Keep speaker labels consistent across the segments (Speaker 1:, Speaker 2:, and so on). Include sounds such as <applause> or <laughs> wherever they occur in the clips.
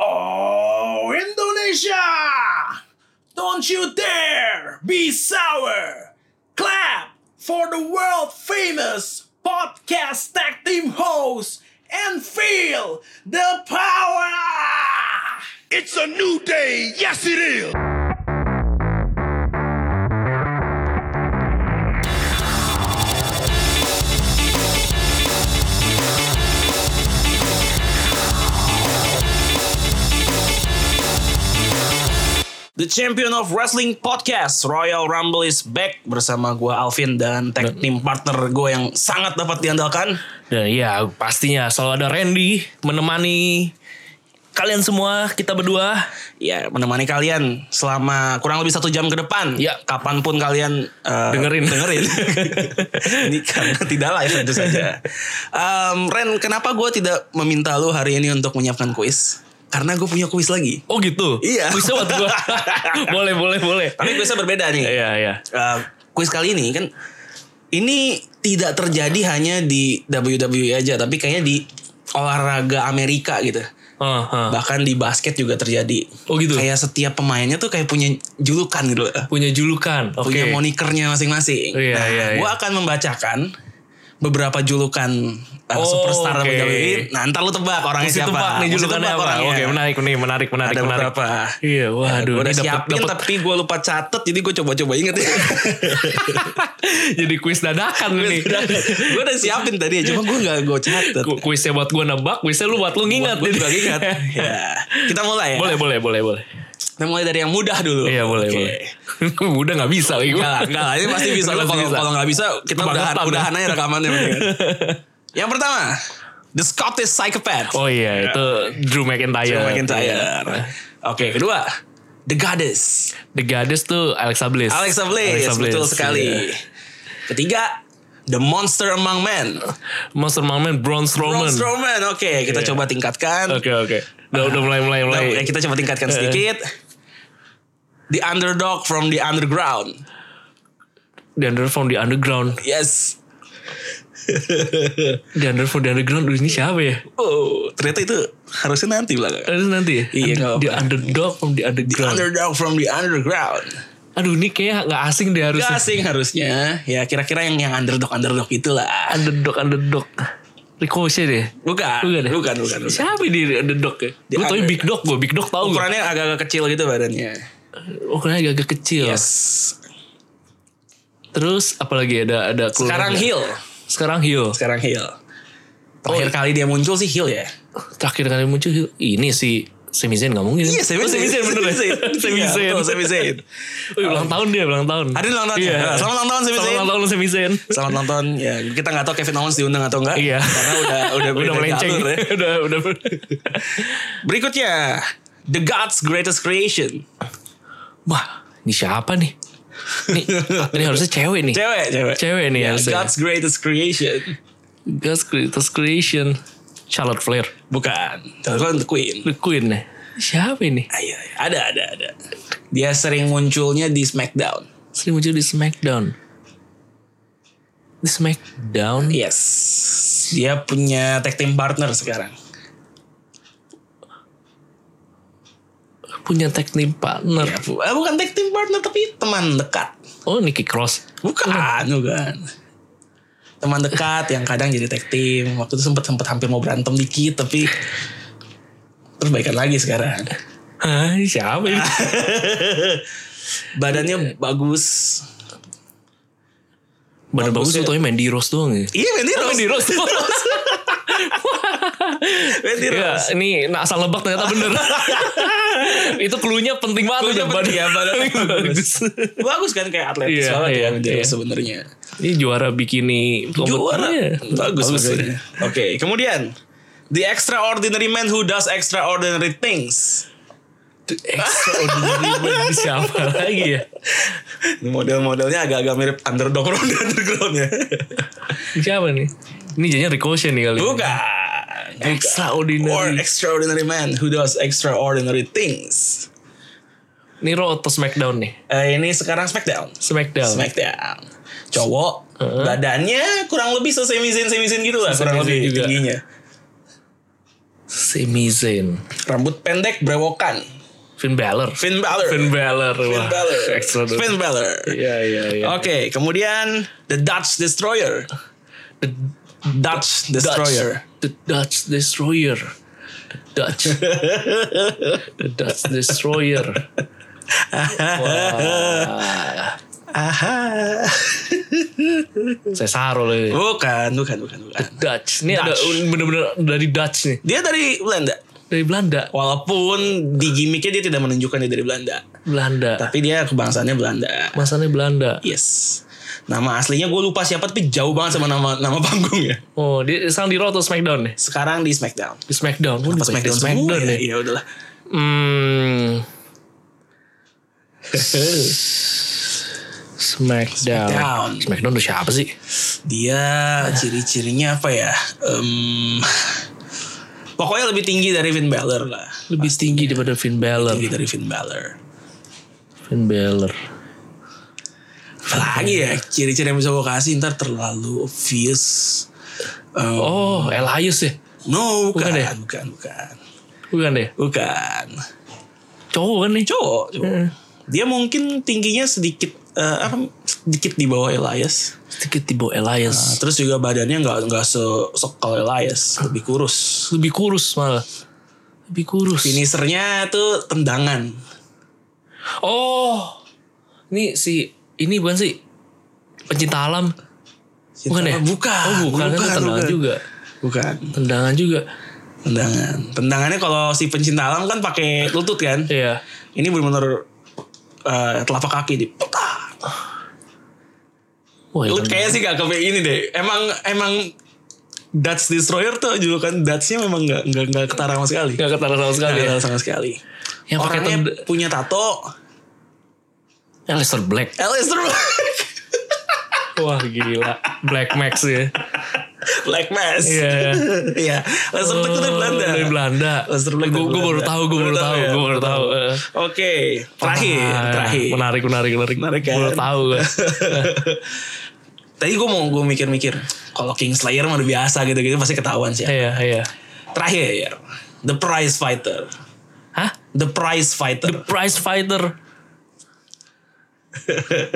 Speaker 1: Oh, Indonesia! Don't you dare be sour! Clap for the world famous podcast tag team host and feel the power!
Speaker 2: It's a new day. Yes, it is.
Speaker 1: The Champion of Wrestling Podcast Royal Rumble is back bersama gue Alvin dan tag team partner gue yang sangat dapat diandalkan.
Speaker 3: Dan ya pastinya selalu ada Randy menemani kalian semua kita berdua.
Speaker 1: Ya menemani kalian selama kurang lebih satu jam ke depan.
Speaker 3: Ya.
Speaker 1: Kapanpun kalian eh,
Speaker 3: Dengerin. <laughs>
Speaker 1: dengerin. ini karena tidak live tentu saja. Em, Ren, kenapa gue tidak meminta lu hari ini untuk menyiapkan kuis? Karena gue punya kuis lagi.
Speaker 3: Oh gitu.
Speaker 1: Iya.
Speaker 3: Bisa buat
Speaker 1: <laughs>
Speaker 3: gua. boleh boleh boleh.
Speaker 1: Tapi kuisnya berbeda nih.
Speaker 3: Iya iya.
Speaker 1: Uh, kuis kali ini kan ini tidak terjadi hanya di WWE aja tapi kayaknya di olahraga Amerika gitu.
Speaker 3: Heeh, heeh.
Speaker 1: Bahkan di basket juga terjadi.
Speaker 3: Oh, gitu?
Speaker 1: Kayak setiap pemainnya tuh kayak punya julukan gitu. loh.
Speaker 3: Punya julukan. Oke.
Speaker 1: Punya monikernya masing-masing. Nah,
Speaker 3: Iya, iya, iya.
Speaker 1: gua akan membacakan beberapa julukan uh,
Speaker 3: Oh,
Speaker 1: superstar
Speaker 3: oke.
Speaker 1: WWE. Nah, ntar lu tebak orangnya
Speaker 3: Mesti
Speaker 1: siapa.
Speaker 3: tebak nih
Speaker 1: Mesti
Speaker 3: julukannya
Speaker 1: tebak
Speaker 3: apa.
Speaker 1: orangnya.
Speaker 3: Oke menarik nih menarik menarik
Speaker 1: Ada
Speaker 3: menarik.
Speaker 1: beberapa.
Speaker 3: Iya waduh.
Speaker 1: Gua udah
Speaker 3: ini dapet-
Speaker 1: siapin
Speaker 3: dapet-
Speaker 1: tapi gue lupa catet jadi gue coba-coba inget
Speaker 3: <laughs> <laughs> jadi kuis dadakan nih.
Speaker 1: gue udah siapin tadi cuma gue gak gue catet
Speaker 3: Ku- Kuisnya buat gua nebak, kuisnya lu buat lu ngingat.
Speaker 1: Buat gua
Speaker 3: jadi. <laughs>
Speaker 1: juga ingat. ya. Kita mulai ya.
Speaker 3: boleh boleh boleh boleh.
Speaker 1: Kita mulai dari yang mudah dulu.
Speaker 3: Iya boleh <laughs>
Speaker 1: Oke.
Speaker 3: boleh. udah nggak bisa lagi
Speaker 1: Enggak
Speaker 3: gua.
Speaker 1: lah, enggak lah. Ini pasti bisa lo
Speaker 3: Pasti
Speaker 1: kalau
Speaker 3: bisa.
Speaker 1: kalau nggak bisa kita udahan
Speaker 3: Kebangetan ya.
Speaker 1: udahan aja rekamannya.
Speaker 3: <laughs>
Speaker 1: mendingan. yang pertama, The Scottish Psychopath.
Speaker 3: Oh iya itu Drew McIntyre. Iya.
Speaker 1: Drew McIntyre. Oke, kedua, The Goddess.
Speaker 3: The Goddess tuh Alexa Bliss.
Speaker 1: Alexa Bliss, betul sekali.
Speaker 3: Iya.
Speaker 1: Ketiga, The Monster Among Men.
Speaker 3: Monster Mangman Braun Strowman.
Speaker 1: Braun Strowman. Oke, kita
Speaker 3: Iya.
Speaker 1: coba tingkatkan.
Speaker 3: Oke oke. Udah udah mulai mulai mulai.
Speaker 1: Nah, kita coba tingkatkan sedikit. The underdog from the underground.
Speaker 3: The Underground di Underground.
Speaker 1: Yes.
Speaker 3: The Underground di Underground. Duh, ini siapa ya?
Speaker 1: Oh, ternyata itu harusnya nanti belakang.
Speaker 3: Aduh nanti ya.
Speaker 1: Iya, nggak apa-apa.
Speaker 3: The Underdog from the Underground.
Speaker 1: Underdog from the underground.
Speaker 3: Aduh ini kayaknya nggak asing deh harusnya.
Speaker 1: Gasing harusnya. Ya kira-kira yang yang underdog underdog itulah.
Speaker 3: Underdog Underdog. Ricochet deh.
Speaker 1: Bukan.
Speaker 3: Bukan ya?
Speaker 1: Bukan, bukan. bukan.
Speaker 3: Siapa di Underdog ya?
Speaker 1: The
Speaker 3: Gue tau
Speaker 1: Underdog.
Speaker 3: Big Dog gue. Big Dog tau gue.
Speaker 1: Ukurannya agak-agak kecil gitu badannya.
Speaker 3: Ukurannya agak-agak kecil.
Speaker 1: Yes.
Speaker 3: Terus apalagi ada ada keluar
Speaker 1: Sekarang
Speaker 3: nggak?
Speaker 1: heel.
Speaker 3: Sekarang heel.
Speaker 1: Sekarang heel.
Speaker 3: Oh.
Speaker 1: Terakhir kali dia muncul sih heel ya.
Speaker 3: terakhir kali muncul ini si Sami Zayn gak mungkin.
Speaker 1: Iya, Sami
Speaker 3: Oh, Sami
Speaker 1: Zain.
Speaker 3: Zayn bener ya? Sami
Speaker 1: Iya,
Speaker 3: Zain.
Speaker 1: betul, Sami Zain.
Speaker 3: Wih, Oh, iya, ulang tahun dia, ulang tahun.
Speaker 1: Ada ulang tahun
Speaker 3: Iya.
Speaker 1: ya? Selamat ulang tahun Sami
Speaker 3: Selamat
Speaker 1: Zain.
Speaker 3: ulang tahun Sami
Speaker 1: <laughs>
Speaker 3: Zain.
Speaker 1: Selamat nonton. Ya, kita nggak tahu Kevin Owens diundang atau enggak.
Speaker 3: Iya.
Speaker 1: Karena udah udah
Speaker 3: Udah
Speaker 1: beda
Speaker 3: melenceng.
Speaker 1: jalur ya.
Speaker 3: <laughs> Udah udah.
Speaker 1: Berikutnya, The God's Greatest Creation.
Speaker 3: Wah, ini siapa nih? Nih, ini harusnya cewek nih.
Speaker 1: <laughs> Cewek, cewek.
Speaker 3: Cewek nih
Speaker 1: Ya,
Speaker 3: harusnya.
Speaker 1: God's Greatest Creation.
Speaker 3: God's Greatest Creation. Charlotte Flair.
Speaker 1: Bukan. Telepon Queen.
Speaker 3: The Queen nih. Siapa ini?
Speaker 1: Ayo, ayo. ada, ada, ada. Dia sering munculnya di SmackDown.
Speaker 3: Sering muncul di SmackDown. Di SmackDown.
Speaker 1: Yes. Dia punya tag team partner sekarang.
Speaker 3: Punya tag team partner.
Speaker 1: Ya, bu- eh, bukan tag team partner tapi teman dekat.
Speaker 3: Oh, Nikki Cross.
Speaker 1: Bukan, bukan. Teman dekat yang kadang jadi tag team. Waktu itu sempet sempet hampir mau berantem dikit tapi perbaikan lagi sekarang.
Speaker 3: Hah,
Speaker 1: <laughs>
Speaker 3: siapa ini? Iya.
Speaker 1: Badannya bagus.
Speaker 3: Bener bagus
Speaker 1: Bagusnya-
Speaker 3: tuh taunya Mandy Rose doang ya.
Speaker 1: Iya Mandy Rose.
Speaker 3: Mandy
Speaker 1: <laughs>
Speaker 3: Rose.
Speaker 1: Mandy
Speaker 3: Iya,
Speaker 1: Rose.
Speaker 3: ini nak asal lebak ternyata bener. <laughs> Itu cluenya penting banget
Speaker 1: Cluenya
Speaker 3: Iya, udah, Bud.
Speaker 1: penting ya, Bud.
Speaker 3: Bagus.
Speaker 1: Bagus kan kayak atletis
Speaker 3: Iya,
Speaker 1: banget ya
Speaker 3: iya,
Speaker 1: Mandy
Speaker 3: iya.
Speaker 1: Rose sebenarnya.
Speaker 3: Ini juara bikini
Speaker 1: Juara.
Speaker 3: Iya.
Speaker 1: Bagus,
Speaker 3: ya.
Speaker 1: maksudnya. Oke, kemudian The extraordinary man who does extraordinary things.
Speaker 3: Extraordinary banget. <laughs> siapa lagi ya?
Speaker 1: Model-modelnya agak-agak mirip underdog Ronda underground ya.
Speaker 3: Siapa nih? Ini jadinya Ricochet nih kali.
Speaker 1: Bukan. Or
Speaker 3: Extraordinary.
Speaker 1: extraordinary man who does extraordinary things.
Speaker 3: Ini Raw atau Smackdown nih?
Speaker 1: Eh, ini sekarang Smackdown.
Speaker 3: Smackdown.
Speaker 1: Smackdown. Cowok. Badannya kurang lebih sesemizin semizin gitu lah. Kurang
Speaker 3: Sesemizin
Speaker 1: lebih
Speaker 3: juga.
Speaker 1: tingginya.
Speaker 3: Sami Zayn.
Speaker 1: Rambut pendek brewokan.
Speaker 3: Finn Balor.
Speaker 1: Finn Balor.
Speaker 3: Finn Balor.
Speaker 1: Finn
Speaker 3: Wah,
Speaker 1: Balor.
Speaker 3: excellent.
Speaker 1: Finn Balor.
Speaker 3: Iya, iya, iya.
Speaker 1: Oke, kemudian The Dutch Destroyer. The
Speaker 3: Oh,
Speaker 1: Dutch Destroyer.
Speaker 3: Dutch. The Dutch Destroyer. The
Speaker 1: <laughs>
Speaker 3: Dutch. The Dutch Destroyer. Wah,
Speaker 1: Aha.
Speaker 3: saya saro loh ini.
Speaker 1: bukan, bukan, bukan, bukan.
Speaker 3: Dutch. Ini ada
Speaker 1: Dutch.
Speaker 3: bener-bener dari Dutch nih.
Speaker 1: Dia dari Belanda.
Speaker 3: Dari Belanda.
Speaker 1: Walaupun di gimmicknya dia tidak menunjukkan dia dari Belanda.
Speaker 3: Belanda.
Speaker 1: Tapi dia kebangsaannya Belanda.
Speaker 3: Masanya Belanda.
Speaker 1: Yes. Nama aslinya gue lupa siapa tapi jauh banget sama nama nama panggungnya.
Speaker 3: Oh, dia sekarang di Raw atau SmackDown nih?
Speaker 1: Sekarang di SmackDown.
Speaker 3: Di SmackDown. Oh,
Speaker 1: Apa
Speaker 3: di
Speaker 1: SmackDown,
Speaker 3: SmackDown
Speaker 1: semua ya?
Speaker 3: nih.
Speaker 1: Iya udahlah.
Speaker 3: Hmm.
Speaker 1: Smackdown.
Speaker 3: Smackdown. Smackdown tuh siapa sih?
Speaker 1: Dia ciri-cirinya apa ya? Em, pokoknya lebih tinggi dari Finn Balor lah.
Speaker 3: Lebih tinggi daripada Finn Balor.
Speaker 1: Tinggi dari Finn Balor.
Speaker 3: Finn Balor.
Speaker 1: Apalagi ya ciri-ciri yang bisa gue kasih ntar terlalu obvious. Em,
Speaker 3: Oh, Elias ya?
Speaker 1: No, bukan,
Speaker 3: Bukan ya?
Speaker 1: bukan, bukan,
Speaker 3: Bukan deh.
Speaker 1: bukan.
Speaker 3: Cowok kan nih?
Speaker 1: Cowok, cowok. Dia mungkin tingginya sedikit eh, apa? Sedikit di bawah Elias.
Speaker 3: Sedikit di bawah Elias.
Speaker 1: Nah, terus juga badannya nggak nggak se sekal Elias, lebih kurus.
Speaker 3: Lebih kurus malah. Lebih kurus.
Speaker 1: Finishernya tuh tendangan.
Speaker 3: Oh. Ini si ini bukan sih pencinta alam. Bukan ya?
Speaker 1: Bukan.
Speaker 3: Oh, bukan, kan tendangan juga.
Speaker 1: Bukan.
Speaker 3: Tendangan juga.
Speaker 1: Tendangan. Tendangannya kalau si pencinta alam kan pakai lutut kan.
Speaker 3: Iya.
Speaker 1: Ini benar-benar eh, telapak kaki di
Speaker 3: Wah,
Speaker 1: Lu
Speaker 3: Elon
Speaker 1: kayaknya sih gak kayak ini deh. Emang emang Dutch Destroyer tuh julukan Dutchnya memang gak nggak nggak ketara sama sekali.
Speaker 3: Gak ketara sama
Speaker 1: Nggak
Speaker 3: sekali. Ya.
Speaker 1: ketara sama sekali.
Speaker 3: Yang pakai
Speaker 1: Orangnya
Speaker 3: tenda-
Speaker 1: punya tato.
Speaker 3: Aleister Black.
Speaker 1: Alistair
Speaker 3: Wah gila. Black Max ya.
Speaker 1: <laughs> Black Mass.
Speaker 3: Iya. Oh,
Speaker 1: Iya. Lester Black itu dari Belanda.
Speaker 3: Dari Belanda.
Speaker 1: Lester Black dari
Speaker 3: Gue gue baru
Speaker 1: Belanda.
Speaker 3: tahu, gue baru tahu,
Speaker 1: ya?
Speaker 3: gue baru tahu. Eh,
Speaker 1: Oke, terakhir,
Speaker 3: ah,
Speaker 1: terakhir.
Speaker 3: Menarik, menarik, menarik.
Speaker 1: Menarik, kan?
Speaker 3: Baru tahu <laughs> gue.
Speaker 1: Tadi gue mau gue mikir-mikir, kalau Kingslayer mah udah biasa gitu-gitu pasti ketahuan sih. ya.
Speaker 3: Iya, iya.
Speaker 1: Terakhir, ya. The Prize Fighter.
Speaker 3: Hah?
Speaker 1: The Prize Fighter.
Speaker 3: Prize Fighter.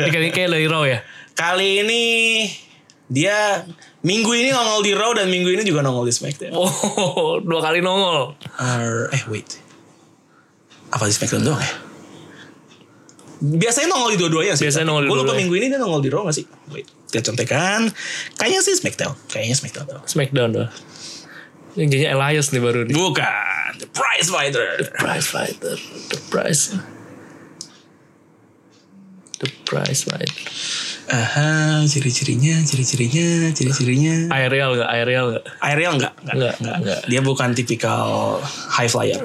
Speaker 3: Ini kayak- kayak dari Raw ya?
Speaker 1: Kali ini dia minggu ini nongol di Raw dan minggu ini juga nongol di SmackDown.
Speaker 3: Oh, dua kali nongol.
Speaker 1: Ar- eh wait, apa di SmackDown doang ya? Biasanya nongol di dua-duanya sih.
Speaker 3: Biasanya nongol di
Speaker 1: Gue lupa
Speaker 3: dua-duanya.
Speaker 1: minggu ini dia nongol di Raw gak sih? Wait, kita contekan. Kayaknya sih SmackDown. Kayaknya SmackDown doang.
Speaker 3: Smackdown doh. Yang jadinya Elias nih baru nih.
Speaker 1: Bukan, The Prize Fighter.
Speaker 3: Prize Fighter. The Prize. The Prize Fighter.
Speaker 1: Aha, ciri-cirinya, ciri-cirinya, ciri-cirinya.
Speaker 3: Aerial gak? Aerial gak?
Speaker 1: Ariel enggak?
Speaker 3: Nggak, Mm. nggak.
Speaker 1: Dia bukan tipikal high flyer.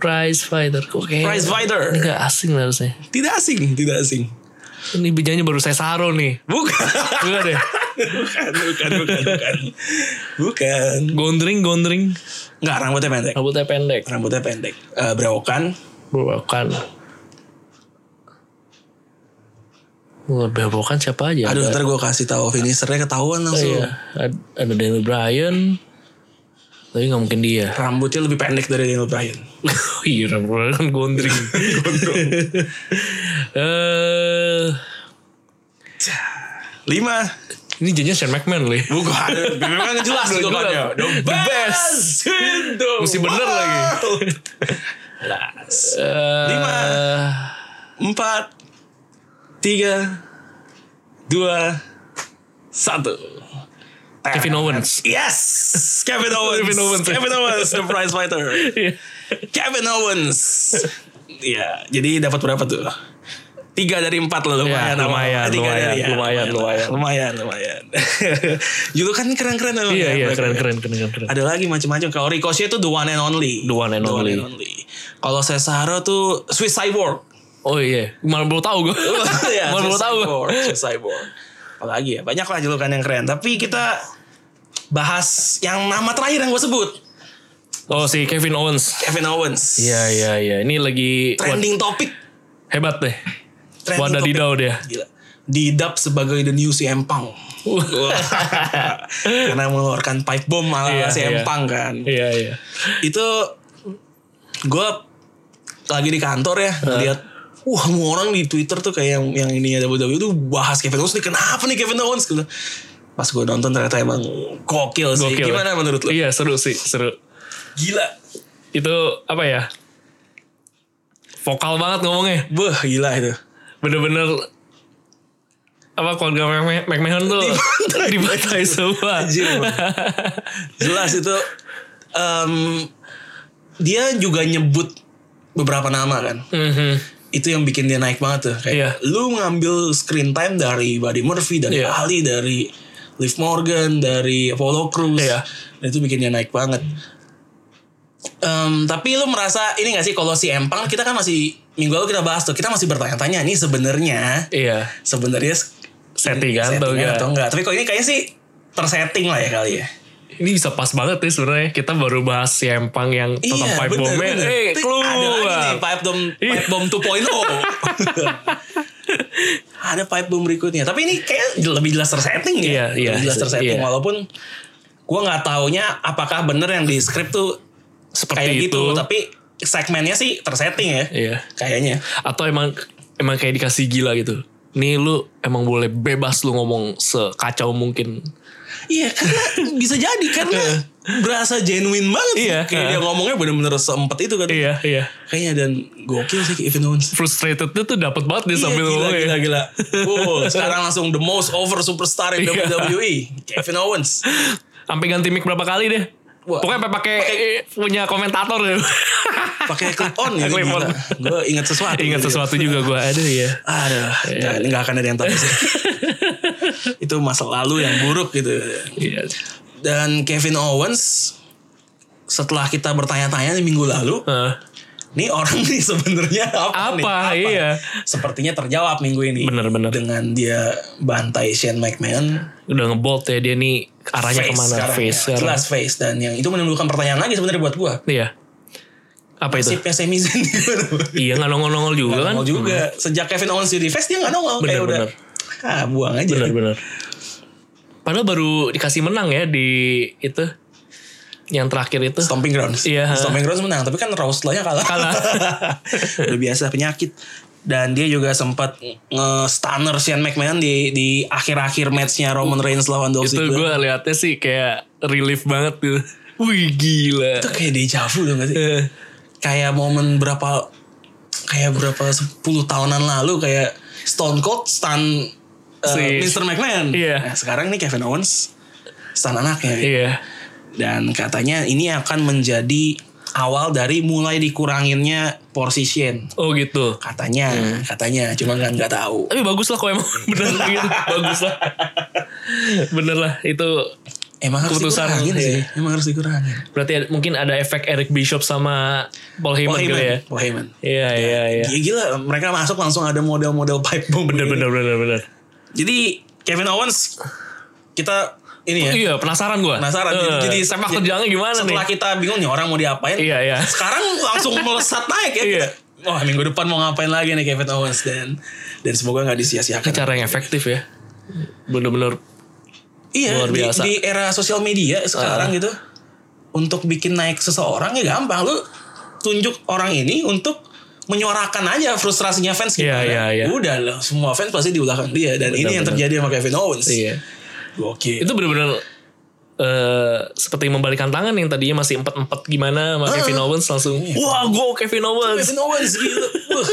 Speaker 3: Prize Fighter. Kok kayak
Speaker 1: Prize Fighter.
Speaker 3: Ini gak asing lah harusnya.
Speaker 1: Tidak asing, tidak asing.
Speaker 3: Ini bijanya baru saya saro nih.
Speaker 1: Bukan. <laughs>
Speaker 3: Juga deh.
Speaker 1: bukan, bukan, bukan, bukan. Bukan.
Speaker 3: Gondring, gondring.
Speaker 1: Enggak, rambutnya pendek.
Speaker 3: Rambutnya pendek.
Speaker 1: Rambutnya pendek. Eh, berewokan.
Speaker 3: Bewokan. Wah, bewokan siapa aja?
Speaker 1: Aduh,
Speaker 3: ada,
Speaker 1: ntar gue kasih tahu finishernya ketahuan langsung.
Speaker 3: iya. Ad- ada Daniel Bryan. Tapi gak mungkin dia. <laughs>
Speaker 1: Rambutnya lebih pendek dari Daniel Bryan.
Speaker 3: iya, rambutnya kan
Speaker 1: <laughs>
Speaker 3: gondring. Eh,
Speaker 1: Lima.
Speaker 3: ini jadinya Shane McMahon loh. ya.
Speaker 1: Bukan. <laughs> Memang jelas
Speaker 3: Udah
Speaker 1: julukannya.
Speaker 3: jelas. The best.
Speaker 1: in the
Speaker 3: Mesti bener
Speaker 1: world.
Speaker 3: lagi.
Speaker 1: Jelas.
Speaker 3: Eh,
Speaker 1: Lima. Empat. Tiga. Dua. Satu.
Speaker 3: Kevin Owens.
Speaker 1: Yes, Kevin Owens. Kevin Owens.
Speaker 3: <laughs> Kevin Owens.
Speaker 1: Kevin Owens, the prize fighter.
Speaker 3: Iya.
Speaker 1: Kevin Owens. Iya, jadi dapat berapa tuh? Tiga dari empat loh lumayan,
Speaker 3: Ya, lumayan,
Speaker 1: Eh, tiga
Speaker 3: lumayan,
Speaker 1: dari- ya,
Speaker 3: lumayan,
Speaker 1: lumayan, lumayan, lumayan. <laughs> Julukan keren-keren memang
Speaker 3: Iya,
Speaker 1: ya,
Speaker 3: iya,
Speaker 1: mereka
Speaker 3: keren,
Speaker 1: ya.
Speaker 3: keren, keren, keren, keren.
Speaker 1: Ada lagi macam-macam. Kalau Ricochet itu the one and only.
Speaker 3: The one and only.
Speaker 1: Kalau Cesaro tuh Swiss Cyborg.
Speaker 3: Oh iya, malah baru tahu gue.
Speaker 1: <laughs> Iya,
Speaker 3: <laughs> malah baru
Speaker 1: Swiss
Speaker 3: tahu
Speaker 1: Cyborg, Swiss Cyborg. Apalagi ya, banyak lah julukan yang keren. Tapi kita bahas yang nama terakhir yang gue sebut.
Speaker 3: Oh si Kevin Owens.
Speaker 1: Kevin Owens.
Speaker 3: Iya iya iya. Ini lagi wah,
Speaker 1: Trending topic.
Speaker 3: hebat deh.
Speaker 1: Trending
Speaker 3: Wadah
Speaker 1: topic.
Speaker 3: didau dia.
Speaker 1: Gila. Didap sebagai the new si Empang. <laughs> Karena mengeluarkan pipe bomb malah
Speaker 3: Iya,
Speaker 1: si
Speaker 3: iya.
Speaker 1: Empang kan.
Speaker 3: Iya iya.
Speaker 1: Itu gue lagi di kantor ya lihat wah semua orang di Twitter tuh kayak yang yang ini ya WWE itu bahas Kevin Owens nih kenapa nih Kevin Owens Gua bilang, pas gue nonton ternyata emang gokil sih
Speaker 3: Gokil.
Speaker 1: gimana menurut lo
Speaker 3: Iya seru sih, seru.
Speaker 1: gila
Speaker 3: Itu apa ya? Vokal banget ngomongnya.
Speaker 1: beh gila itu
Speaker 3: Bener-bener apa keluarga Mac- McMahon tuh
Speaker 1: Dibantai.
Speaker 3: <laughs> dibantai semua.
Speaker 1: Anjir, emang. jelas itu em, dia juga nyebut beberapa nama kan
Speaker 3: <laughs> Mhm.
Speaker 1: itu yang bikin dia naik banget tuh kayak
Speaker 3: Iya.
Speaker 1: lu ngambil screen time dari Buddy Murphy dari
Speaker 3: Iya.
Speaker 1: Ali dari Liv Morgan dari Apollo Crews
Speaker 3: Iya.
Speaker 1: dan itu bikin dia naik banget Em, tapi lu merasa ini gak sih kalau si Empang kita kan masih minggu lalu kita bahas tuh kita masih bertanya-tanya nih sebenarnya
Speaker 3: Iya.
Speaker 1: sebenarnya
Speaker 3: Settingan atau enggak?
Speaker 1: atau enggak tapi kalau ini kayaknya sih tersetting lah ya kali ya
Speaker 3: Ini bisa pas banget nih sebenarnya kita baru bahas si empang yang tentang pipe
Speaker 1: bener,
Speaker 3: bomb
Speaker 1: Iya, bener.
Speaker 3: eh
Speaker 1: Tapi Ada lagi nih
Speaker 3: keluar.
Speaker 1: pipe bomb
Speaker 3: Iya.
Speaker 1: pipe bomb
Speaker 3: <laughs>
Speaker 1: 2.0. ada pipe bomb berikutnya. Tapi ini kayak lebih jelas tersetting ya.
Speaker 3: Iya, iya.
Speaker 1: lebih jelas tersetting
Speaker 3: Iya.
Speaker 1: walaupun gua nggak taunya apakah bener yang di skrip tuh
Speaker 3: Seperti
Speaker 1: kayak gitu,
Speaker 3: itu.
Speaker 1: tapi segmennya sih tersetting ya.
Speaker 3: Iya.
Speaker 1: Kayaknya.
Speaker 3: Atau emang emang kayak dikasih gila gitu. Nih lu emang boleh bebas lu ngomong sekacau mungkin.
Speaker 1: Iya, karena <laughs> bisa jadi karena berasa genuine banget.
Speaker 3: Iya.
Speaker 1: Kayak dia ngomongnya bener-bener seempat itu kan.
Speaker 3: Iya, iya.
Speaker 1: Kayaknya dan gokil sih Kevin Owens.
Speaker 3: Frustratednya tuh dapat banget nih
Speaker 1: Iya,
Speaker 3: sambil
Speaker 1: gila,
Speaker 3: ngomong
Speaker 1: gila,
Speaker 3: ya.
Speaker 1: gila. Wow, sekarang langsung the most over superstar in
Speaker 3: Iya.
Speaker 1: WWE, Kevin Owens.
Speaker 3: Sampai ganti mic berapa kali deh.
Speaker 1: Wah.
Speaker 3: Pokoknya sampai pakai eh, punya komentator
Speaker 1: <laughs>
Speaker 3: ya. deh.
Speaker 1: Pakai clip on ya.
Speaker 3: Clip on.
Speaker 1: Gue ingat sesuatu.
Speaker 3: Ingat
Speaker 1: Gitu.
Speaker 3: sesuatu juga gue ada ya.
Speaker 1: Aduh, nggak nggak akan ada yang tahu
Speaker 3: <laughs>
Speaker 1: sih. Itu masa lalu yang buruk gitu.
Speaker 3: Iya.
Speaker 1: Dan Kevin Owens setelah kita bertanya-tanya di minggu lalu,
Speaker 3: Heeh.
Speaker 1: nih orang nih sebenarnya apa, nih?
Speaker 3: Apa? Iya.
Speaker 1: Sepertinya terjawab minggu ini.
Speaker 3: Bener, bener.
Speaker 1: Dengan dia bantai Shane McMahon.
Speaker 3: Udah ngebolt ya dia nih arahnya kemana
Speaker 1: sekarang
Speaker 3: face
Speaker 1: ya.
Speaker 3: sekarang.
Speaker 1: Jelas face dan yang itu menimbulkan pertanyaan lagi sebenarnya buat gua.
Speaker 3: Iya. Apa itu?
Speaker 1: Sipnya Sami Zayn di mana?
Speaker 3: Iya nggak nongol-nongol juga kan?
Speaker 1: Nongol ya. juga. Sejak Kevin Owens jadi face dia nggak nongol.
Speaker 3: Bener,
Speaker 1: Kayak udah
Speaker 3: bener.
Speaker 1: ah buang aja.
Speaker 3: Benar-benar. Padahal baru dikasih menang ya di itu yang terakhir itu.
Speaker 1: Stomping Grounds.
Speaker 3: Iya.
Speaker 1: Stomping Grounds menang, tapi kan Raw setelahnya kalah.
Speaker 3: Kalah.
Speaker 1: <laughs> udah biasa penyakit. Dan dia juga sempat nge-stunner Shane McMahon di di akhir-akhir matchnya Roman Reigns lawan Dolph
Speaker 3: Uh, Itu
Speaker 1: Ziggler.
Speaker 3: gue liatnya sih kayak relief banget gitu. Wih gila.
Speaker 1: Itu kayak deja vu dong gak sih?
Speaker 3: Eh,
Speaker 1: kayak momen berapa kayak berapa 10 tahunan lalu kayak Stone Cold stun uh,
Speaker 3: Si-
Speaker 1: Mr. McMahon.
Speaker 3: Iya.
Speaker 1: Nah, sekarang nih Kevin Owens stun anaknya.
Speaker 3: Iya.
Speaker 1: Dan katanya ini akan menjadi awal dari mulai dikuranginnya porsi Shane.
Speaker 3: Oh gitu.
Speaker 1: Katanya, katanya cuma kan nggak tahu.
Speaker 3: Tapi bagus lah kok emang <laughs> bener gitu. Bagus lah. Bener lah itu
Speaker 1: Emang harus
Speaker 3: Keputusan,
Speaker 1: dikurangin
Speaker 3: iya.
Speaker 1: sih. Emang harus dikurangin.
Speaker 3: berarti ada- mungkin ada efek Eric Bishop sama
Speaker 1: Paul
Speaker 3: Paul Heyman, gitu
Speaker 1: Heyman,
Speaker 3: ya.
Speaker 1: Paul Heyman.
Speaker 3: Iya iya iya.
Speaker 1: Gila, gila, mereka masuk langsung ada model-model pipe bomb.
Speaker 3: Bener bener bener bener.
Speaker 1: Jadi Kevin Owens kita ini ya.
Speaker 3: Iya penasaran gue.
Speaker 1: Penasaran. Jadi-
Speaker 3: Jadi
Speaker 1: jadi
Speaker 3: Eh, sepak
Speaker 1: jadi-
Speaker 3: terjangnya gimana nih?
Speaker 1: setelah kita bingung nih orang mau diapain
Speaker 3: Iya, iya.
Speaker 1: sekarang langsung melesat naik ya
Speaker 3: Iya.
Speaker 1: wah minggu depan mau ngapain lagi nih Kevin Owens dan dan semoga nggak
Speaker 3: Ini
Speaker 1: disia-siakan
Speaker 3: cara yang efektif ya. Bener-bener
Speaker 1: iya
Speaker 3: luar
Speaker 1: di,
Speaker 3: biasa. Ah.
Speaker 1: di era sosial media sekarang gitu untuk bikin naik seseorang ya gampang lu tunjuk orang ini untuk menyuarakan aja frustrasinya fans
Speaker 3: Iya,
Speaker 1: gimana
Speaker 3: iya, iya.
Speaker 1: udah lah semua fans pasti di belakang dia dan ini yang
Speaker 3: Benar-benar.
Speaker 1: terjadi sama Kevin Owens
Speaker 3: Iya.
Speaker 1: Gokil.
Speaker 3: Itu bener-bener eh seperti membalikan tangan yang tadinya masih empat-empat gimana sama Kevin Owens langsung wah go Kevin Owens
Speaker 1: Iya. Kevin Owens gitu. Wah.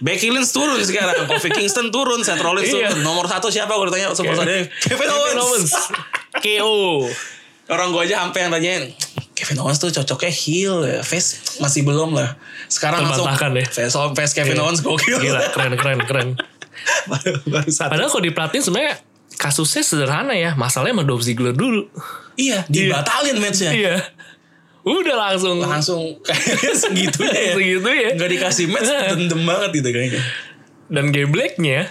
Speaker 1: Becky Lynch turun sekarang, Kofi Kingston turun, Seth Rollins
Speaker 3: Iya.
Speaker 1: turun. Nomor satu siapa? Gue tanya super Kevin, Kevin Owens.
Speaker 3: Kevin Owens KO
Speaker 1: Orang gue aja sampai yang tanyain, Kevin Owens tuh cocoknya heel, ya. face masih belum lah. Sekarang langsung
Speaker 3: Terbantahkan ya.
Speaker 1: face, face Kevin
Speaker 3: Iya.
Speaker 1: Owens gokil.
Speaker 3: gila keren keren keren
Speaker 1: <laughs> baru, baru satu.
Speaker 3: padahal kalau diperhatiin sebenarnya kasusnya sederhana ya masalahnya sama Dolph Ziggler dulu
Speaker 1: Iya, dibatalin matchnya.
Speaker 3: iya udah langsung
Speaker 1: Langsung kayak <laughs> segitunya ya.
Speaker 3: segitu ya
Speaker 1: Gak dikasih match, dendam banget gitu kayaknya.
Speaker 3: dan gebleknya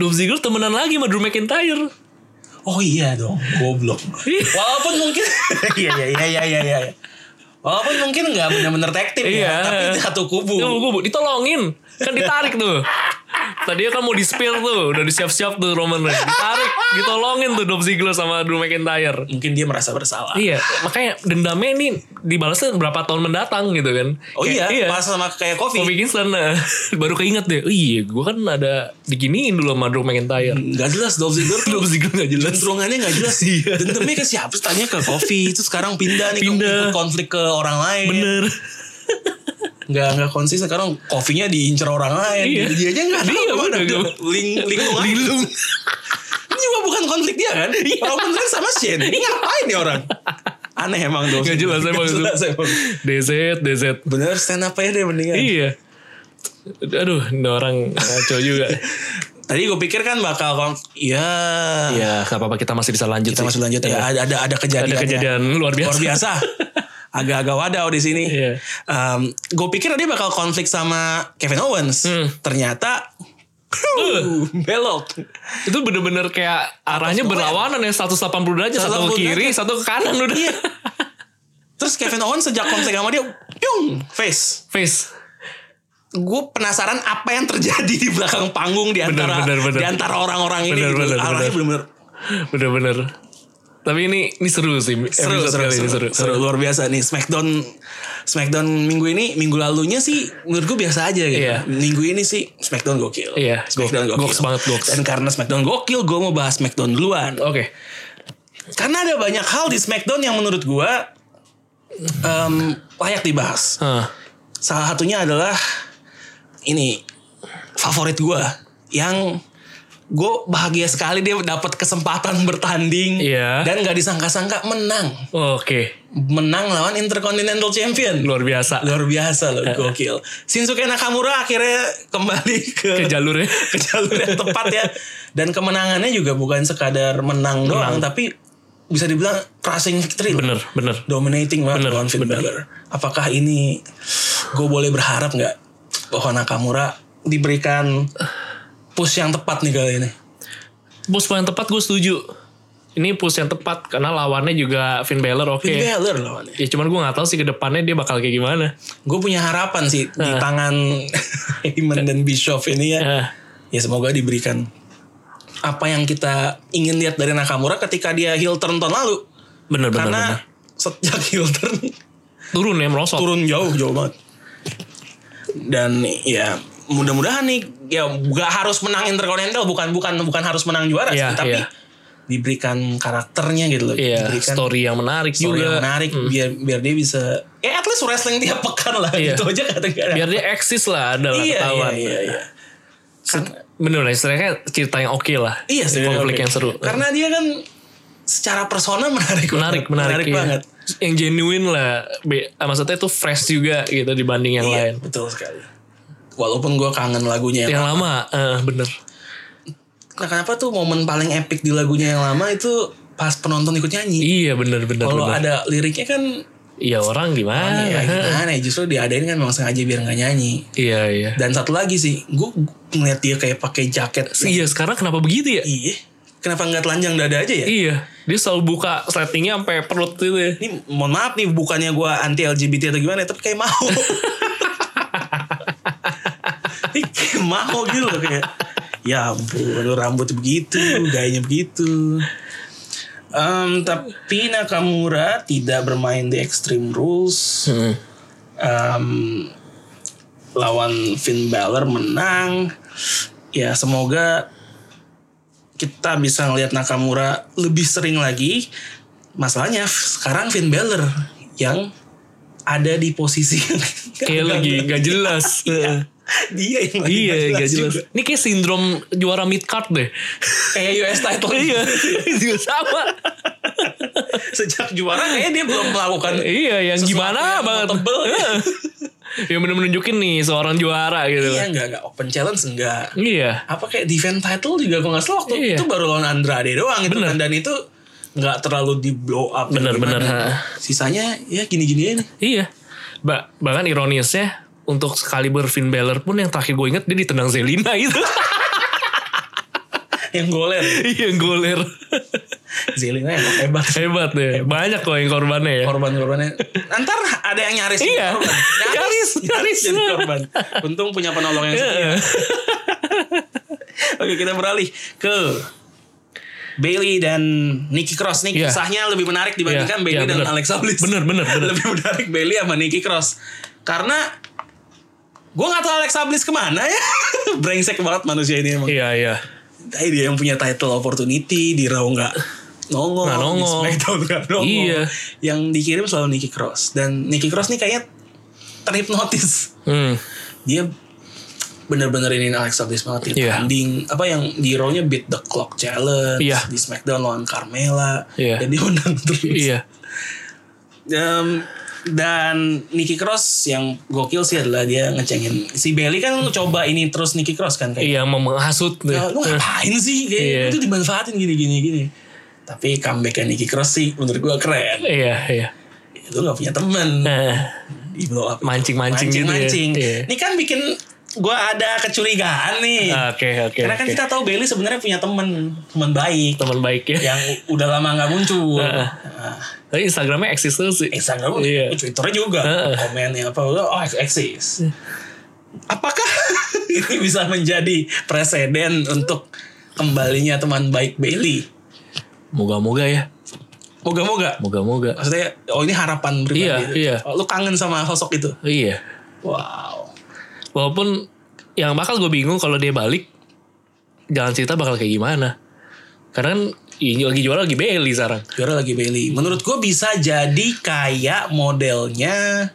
Speaker 3: Dolph Ziggler temenan lagi sama Drew McIntyre
Speaker 1: Oh iya dong,
Speaker 3: <laughs>
Speaker 1: goblok. Walaupun mungkin iya iya iya iya iya. iya. Walaupun mungkin nggak benar-benar tag team
Speaker 3: Iya.
Speaker 1: ya, tapi itu satu kubu.
Speaker 3: Tuh, gue ditolongin kan ditarik tuh Tadinya kan mau di spear tuh, udah disiap-siap tuh Roman Reigns. Ditarik, ditolongin tuh Dolph Ziggler sama Drew McIntyre.
Speaker 1: Mungkin dia merasa bersalah.
Speaker 3: Iya, makanya dendamnya ini dibalasnya berapa tahun mendatang gitu kan.
Speaker 1: Oh iya,
Speaker 3: Kayak-
Speaker 1: pas sama kayak
Speaker 3: Kofi
Speaker 1: Kofi.
Speaker 3: Kingston eh, baru keinget deh. "Oh Iya, gue kan ada diginiin dulu sama Drew McIntyre.
Speaker 1: Gak jelas Dolph Ziggler tuh
Speaker 3: <laughs> Dolph Ziggler nggak jelas.
Speaker 1: Cenderungannya gak jelas
Speaker 3: Iya.
Speaker 1: Dendamnya ke siapa sih? Tanya ke Kofi Itu sekarang pindah nih
Speaker 3: Pindah.
Speaker 1: ikut konflik ke orang lain
Speaker 3: Bener.
Speaker 1: Iya. Gak, gak konsisten Sekarang Kofinya diincer orang lain
Speaker 3: Iya.
Speaker 1: Dia aja gak tahu
Speaker 3: Iya,
Speaker 1: kemana
Speaker 3: bener.
Speaker 1: dia. Ling, Lingkungan
Speaker 3: Linglung.
Speaker 1: <laughs> Ini juga bukan konflik dia kan
Speaker 3: Iya.
Speaker 1: Roman Reigns sama Shane Ini ngapain nih orang Aneh emang Dolph
Speaker 3: Nggak
Speaker 1: Ziggler.
Speaker 3: jelas emang
Speaker 1: Nggak
Speaker 3: itu.
Speaker 1: jelas emang.
Speaker 3: DZ, DZ.
Speaker 1: Bener stand up aja deh mendingan
Speaker 3: Iya. Aduh, ini orang ngaco juga.
Speaker 1: Tadi gue pikir kan bakal kalau Ya
Speaker 3: Iya, gak apa-apa kita masih bisa lanjut.
Speaker 1: Kita masih lanjut ya Ada, ada, ada kejadian
Speaker 3: Iya.
Speaker 1: ya.
Speaker 3: Ada kejadian luar biasa.
Speaker 1: luar
Speaker 3: <laughs>
Speaker 1: biasa. Agak-agak wadau di sini.
Speaker 3: Iya.
Speaker 1: gue pikir dia bakal konflik sama Kevin Owens.
Speaker 3: Hmm.
Speaker 1: Ternyata
Speaker 3: Eh.
Speaker 1: <laughs> belok.
Speaker 3: Itu bener-bener kayak arahnya berlawanan ya 180 derajat,
Speaker 1: 180
Speaker 3: satu ke kiri,
Speaker 1: derajat.
Speaker 3: satu ke kanan udah.
Speaker 1: Iya. Terus Kevin Owens sejak konflik sama dia, pyung, face.
Speaker 3: Face.
Speaker 1: Gue penasaran apa yang terjadi di belakang panggung di
Speaker 3: Bener,
Speaker 1: antara
Speaker 3: bener, bener.
Speaker 1: di antara orang-orang ini.
Speaker 3: Bener,
Speaker 1: gitu.
Speaker 3: bener,
Speaker 1: Arahnya
Speaker 3: bener.
Speaker 1: bener-bener
Speaker 3: Bener-bener. Tapi ini ini seru sih.
Speaker 1: seru,
Speaker 3: episode
Speaker 1: seru,
Speaker 3: kali
Speaker 1: seru,
Speaker 3: ini
Speaker 1: seru, luar biasa nih Smackdown Smackdown minggu ini minggu lalunya sih menurut gue biasa aja gitu.
Speaker 3: Iya.
Speaker 1: Minggu ini sih Smackdown gokil.
Speaker 3: Iya,
Speaker 1: Smackdown
Speaker 3: gok-
Speaker 1: gokil.
Speaker 3: goks banget, goks.
Speaker 1: Dan karena Smackdown gokil, gue mau bahas Smackdown duluan.
Speaker 3: Oke.
Speaker 1: Karena ada banyak hal di Smackdown yang menurut gue em, layak dibahas.
Speaker 3: Hah.
Speaker 1: Salah satunya adalah ini favorit gue yang gue bahagia sekali dia dapat kesempatan bertanding
Speaker 3: Iya.
Speaker 1: dan gak disangka-sangka menang
Speaker 3: Oke.
Speaker 1: menang lawan Intercontinental Champion.
Speaker 3: Luar biasa.
Speaker 1: Luar biasa loh, gokil. Shinsuke Nakamura akhirnya kembali ke,
Speaker 3: Ke jalurnya.
Speaker 1: <laughs> ke jalur yang tepat ya. Dan kemenangannya juga bukan sekadar menang, doang, tapi bisa dibilang crushing victory. loh.
Speaker 3: Iya. Bener, bener.
Speaker 1: Dominating banget
Speaker 3: Bener,
Speaker 1: lawan Finn Balor. Apakah ini gue boleh berharap nggak bahwa Nakamura diberikan push yang tepat nih kali ini?
Speaker 3: Push yang tepat gue setuju. Ini push yang tepat karena lawannya juga Finn Balor oke.
Speaker 1: Finn Balor lawannya.
Speaker 3: Ya cuman gue nggak tahu sih ke depannya dia bakal kayak gimana.
Speaker 1: Gue punya harapan sih
Speaker 3: Nah.
Speaker 1: di tangan <laughs> Heyman dan Bischoff ini ya.
Speaker 3: Eh,
Speaker 1: ya semoga diberikan apa yang kita ingin lihat dari Nakamura ketika dia heel turn tahun lalu
Speaker 3: bener bener.
Speaker 1: karena
Speaker 3: bener.
Speaker 1: sejak <laughs> heel turn
Speaker 3: turun ya merosot.
Speaker 1: turun jauh jauh banget dan ya mudah-mudahan nih ya gak harus menang Intercontinental bukan bukan bukan harus menang juara
Speaker 3: Iya,
Speaker 1: sih, tapi
Speaker 3: iya.
Speaker 1: diberikan karakternya gitu loh
Speaker 3: Iya,
Speaker 1: diberikan
Speaker 3: story yang menarik
Speaker 1: story
Speaker 3: juga. Hmm.
Speaker 1: yang menarik biar biar dia bisa ya at least wrestling tiap pekan lah
Speaker 3: Iya.
Speaker 1: gitu aja kadang-kadang
Speaker 3: Biar dia eksis lah ada lah
Speaker 1: iya, iya
Speaker 3: ketahuan.
Speaker 1: iya iya Karena-
Speaker 3: Bener lah, istilahnya cerita yang oke lah.
Speaker 1: Iya sih.
Speaker 3: Konflik
Speaker 1: oke.
Speaker 3: yang seru.
Speaker 1: Karena dia kan secara persona menarik
Speaker 3: menarik,
Speaker 1: banget.
Speaker 3: menarik, iya.
Speaker 1: banget.
Speaker 3: Yang genuine lah. Be- ah, Maksudnya itu fresh juga gitu dibanding yang
Speaker 1: Iya,
Speaker 3: lain.
Speaker 1: betul sekali. Walaupun gue kangen lagunya yang
Speaker 3: Yang lama, eh, bener.
Speaker 1: Nah, kenapa tuh momen paling epic di lagunya yang lama itu pas penonton ikut nyanyi.
Speaker 3: Iya bener bener.
Speaker 1: Kalau
Speaker 3: bener.
Speaker 1: ada liriknya kan
Speaker 3: Iya orang gimana?
Speaker 1: ya gimana ya justru diadain kan memang sengaja biar nggak nyanyi.
Speaker 3: Iya iya.
Speaker 1: Dan satu lagi sih, gue ngeliat dia kayak pakai jaket.
Speaker 3: Iya sekarang kenapa begitu ya?
Speaker 1: Iya. Kenapa nggak telanjang dada aja ya?
Speaker 3: Iya, dia selalu buka settingnya sampai perut gitu ya.
Speaker 1: Ini mohon maaf nih bukannya gue anti LGBT atau gimana tapi kayak mau. Ini kayak mau gitu loh kayak. Ya ampun lu rambut begitu, gayanya begitu. Em, tapi Nakamura tidak bermain di Extreme Rules. Em, lawan Finn Balor menang. Ya semoga kita bisa ngelihat Nakamura lebih sering lagi. Masalahnya f- sekarang Finn Balor yang ada di posisi yang <laughs>
Speaker 3: Kayak lagi gak jelas.
Speaker 1: Iya. dia yang lagi
Speaker 3: iya,
Speaker 1: nggak
Speaker 3: gak jelas.
Speaker 1: juga.
Speaker 3: Ini kayak sindrom juara mid card deh.
Speaker 1: Kayak US title
Speaker 3: iya, <laughs> juga sama.
Speaker 1: sejak juara kayaknya dia belum melakukan
Speaker 3: iya,
Speaker 1: Kan
Speaker 3: yang
Speaker 1: sesuatu
Speaker 3: gimana
Speaker 1: yang
Speaker 3: banget. Iya.
Speaker 1: notable.
Speaker 3: <laughs> yang bener menunjukin nih seorang juara gitu.
Speaker 1: Iya enggak enggak open challenge enggak.
Speaker 3: Iya.
Speaker 1: Apa kayak defense title juga kalau nggak salah waktu
Speaker 3: Iya.
Speaker 1: itu baru lawan Andrade doang itu
Speaker 3: Bener.
Speaker 1: kan dan itu nggak terlalu di blow up.
Speaker 3: Bener,
Speaker 1: gimana.
Speaker 3: bener, ha.
Speaker 1: Sisanya ya gini-gini aja.
Speaker 3: Iya. Ba- bahkan ironisnya untuk sekali berfin Balor pun yang terakhir gue inget dia ditendang Zelina <laughs> itu.
Speaker 1: yang goler.
Speaker 3: Iya, goler. <laughs>
Speaker 1: Zelina emang hebat.
Speaker 3: Hebat deh. Banyak kok yang korbannya ya.
Speaker 1: korban-korbannya antar ada yang nyaris jadi
Speaker 3: Iya.
Speaker 1: korban. nyaris
Speaker 3: Nyaris,
Speaker 1: nyaris jadi
Speaker 3: Iya. nyaris.
Speaker 1: iya. korban untung punya penolong yang setia
Speaker 3: Iya.
Speaker 1: <laughs> Oke kita beralih ke Bailey dan Nikki Cross nih
Speaker 3: Iya.
Speaker 1: kisahnya lebih menarik dibandingkan
Speaker 3: Iya,
Speaker 1: Bailey
Speaker 3: iya,
Speaker 1: dan
Speaker 3: bener.
Speaker 1: Alexa Bliss.
Speaker 3: Bener,
Speaker 1: <laughs>
Speaker 3: bener, bener.
Speaker 1: lebih menarik Bailey sama Nikki Cross karena gue nggak tahu Alexa Bliss kemana ya. <laughs> Brengsek banget manusia ini emang.
Speaker 3: Iya iya.
Speaker 1: Tapi dia yang punya title opportunity di Raw nggak nongol,
Speaker 3: Nggak nongol.
Speaker 1: di SmackDown nggak nongol.
Speaker 3: Iya.
Speaker 1: Yang dikirim selalu Nikki Cross dan Nikki Cross nih kayaknya terhipnotis.
Speaker 3: Hmm.
Speaker 1: Dia bener-bener ini Alexa Bliss banget
Speaker 3: Iya.
Speaker 1: ya. Tanding apa yang di Raw-nya beat the clock challenge,
Speaker 3: Iya.
Speaker 1: di SmackDown lawan Carmela,
Speaker 3: Iya.
Speaker 1: dan dia menang <laughs> terus.
Speaker 3: Iya.
Speaker 1: Em, dan Nikki Cross yang gokil sih adalah dia ngecengin si Bailey kan coba ini terus Nikki Cross kan kayak
Speaker 3: Iya mau menghasut tuh.
Speaker 1: Ya, lu ngapain sih kayak
Speaker 3: Iya.
Speaker 1: itu dimanfaatin gini gini gini. Tapi comeback Nikki Cross sih menurut gua keren.
Speaker 3: Iya iya.
Speaker 1: Itu gak punya temen
Speaker 3: Nah,
Speaker 1: di blow up.
Speaker 3: Mancing-mancing gitu ya.
Speaker 1: Mancing-mancing.
Speaker 3: Iya.
Speaker 1: Ini kan bikin gua ada kecurigaan nih.
Speaker 3: oke oke.
Speaker 1: Karena kan
Speaker 3: oke.
Speaker 1: kita tahu Bailey sebenarnya punya temen temen baik
Speaker 3: teman baik ya.
Speaker 1: yang u- udah lama nggak muncul.
Speaker 3: Heeh.
Speaker 1: Nah,
Speaker 3: Tapi Instagramnya eksis terus sih.
Speaker 1: Instagram,
Speaker 3: Iya.
Speaker 1: Twitternya juga,
Speaker 3: Heeh.
Speaker 1: komennya apa, oh eksis. Apakah <laughs> ini bisa menjadi presiden untuk kembalinya teman baik Bailey?
Speaker 3: Moga-moga ya.
Speaker 1: Moga-moga.
Speaker 3: Moga-moga.
Speaker 1: Maksudnya, oh ini harapan pribadi.
Speaker 3: Iya, iya.
Speaker 1: Oh, lu kangen sama sosok itu.
Speaker 3: Iya.
Speaker 1: Wow.
Speaker 3: Walaupun yang bakal gue bingung kalau dia balik jalan cerita bakal kayak gimana. Karena kan ini lagi juara lagi Bailey sekarang.
Speaker 1: Juara lagi Bailey. Menurut gue bisa jadi kayak modelnya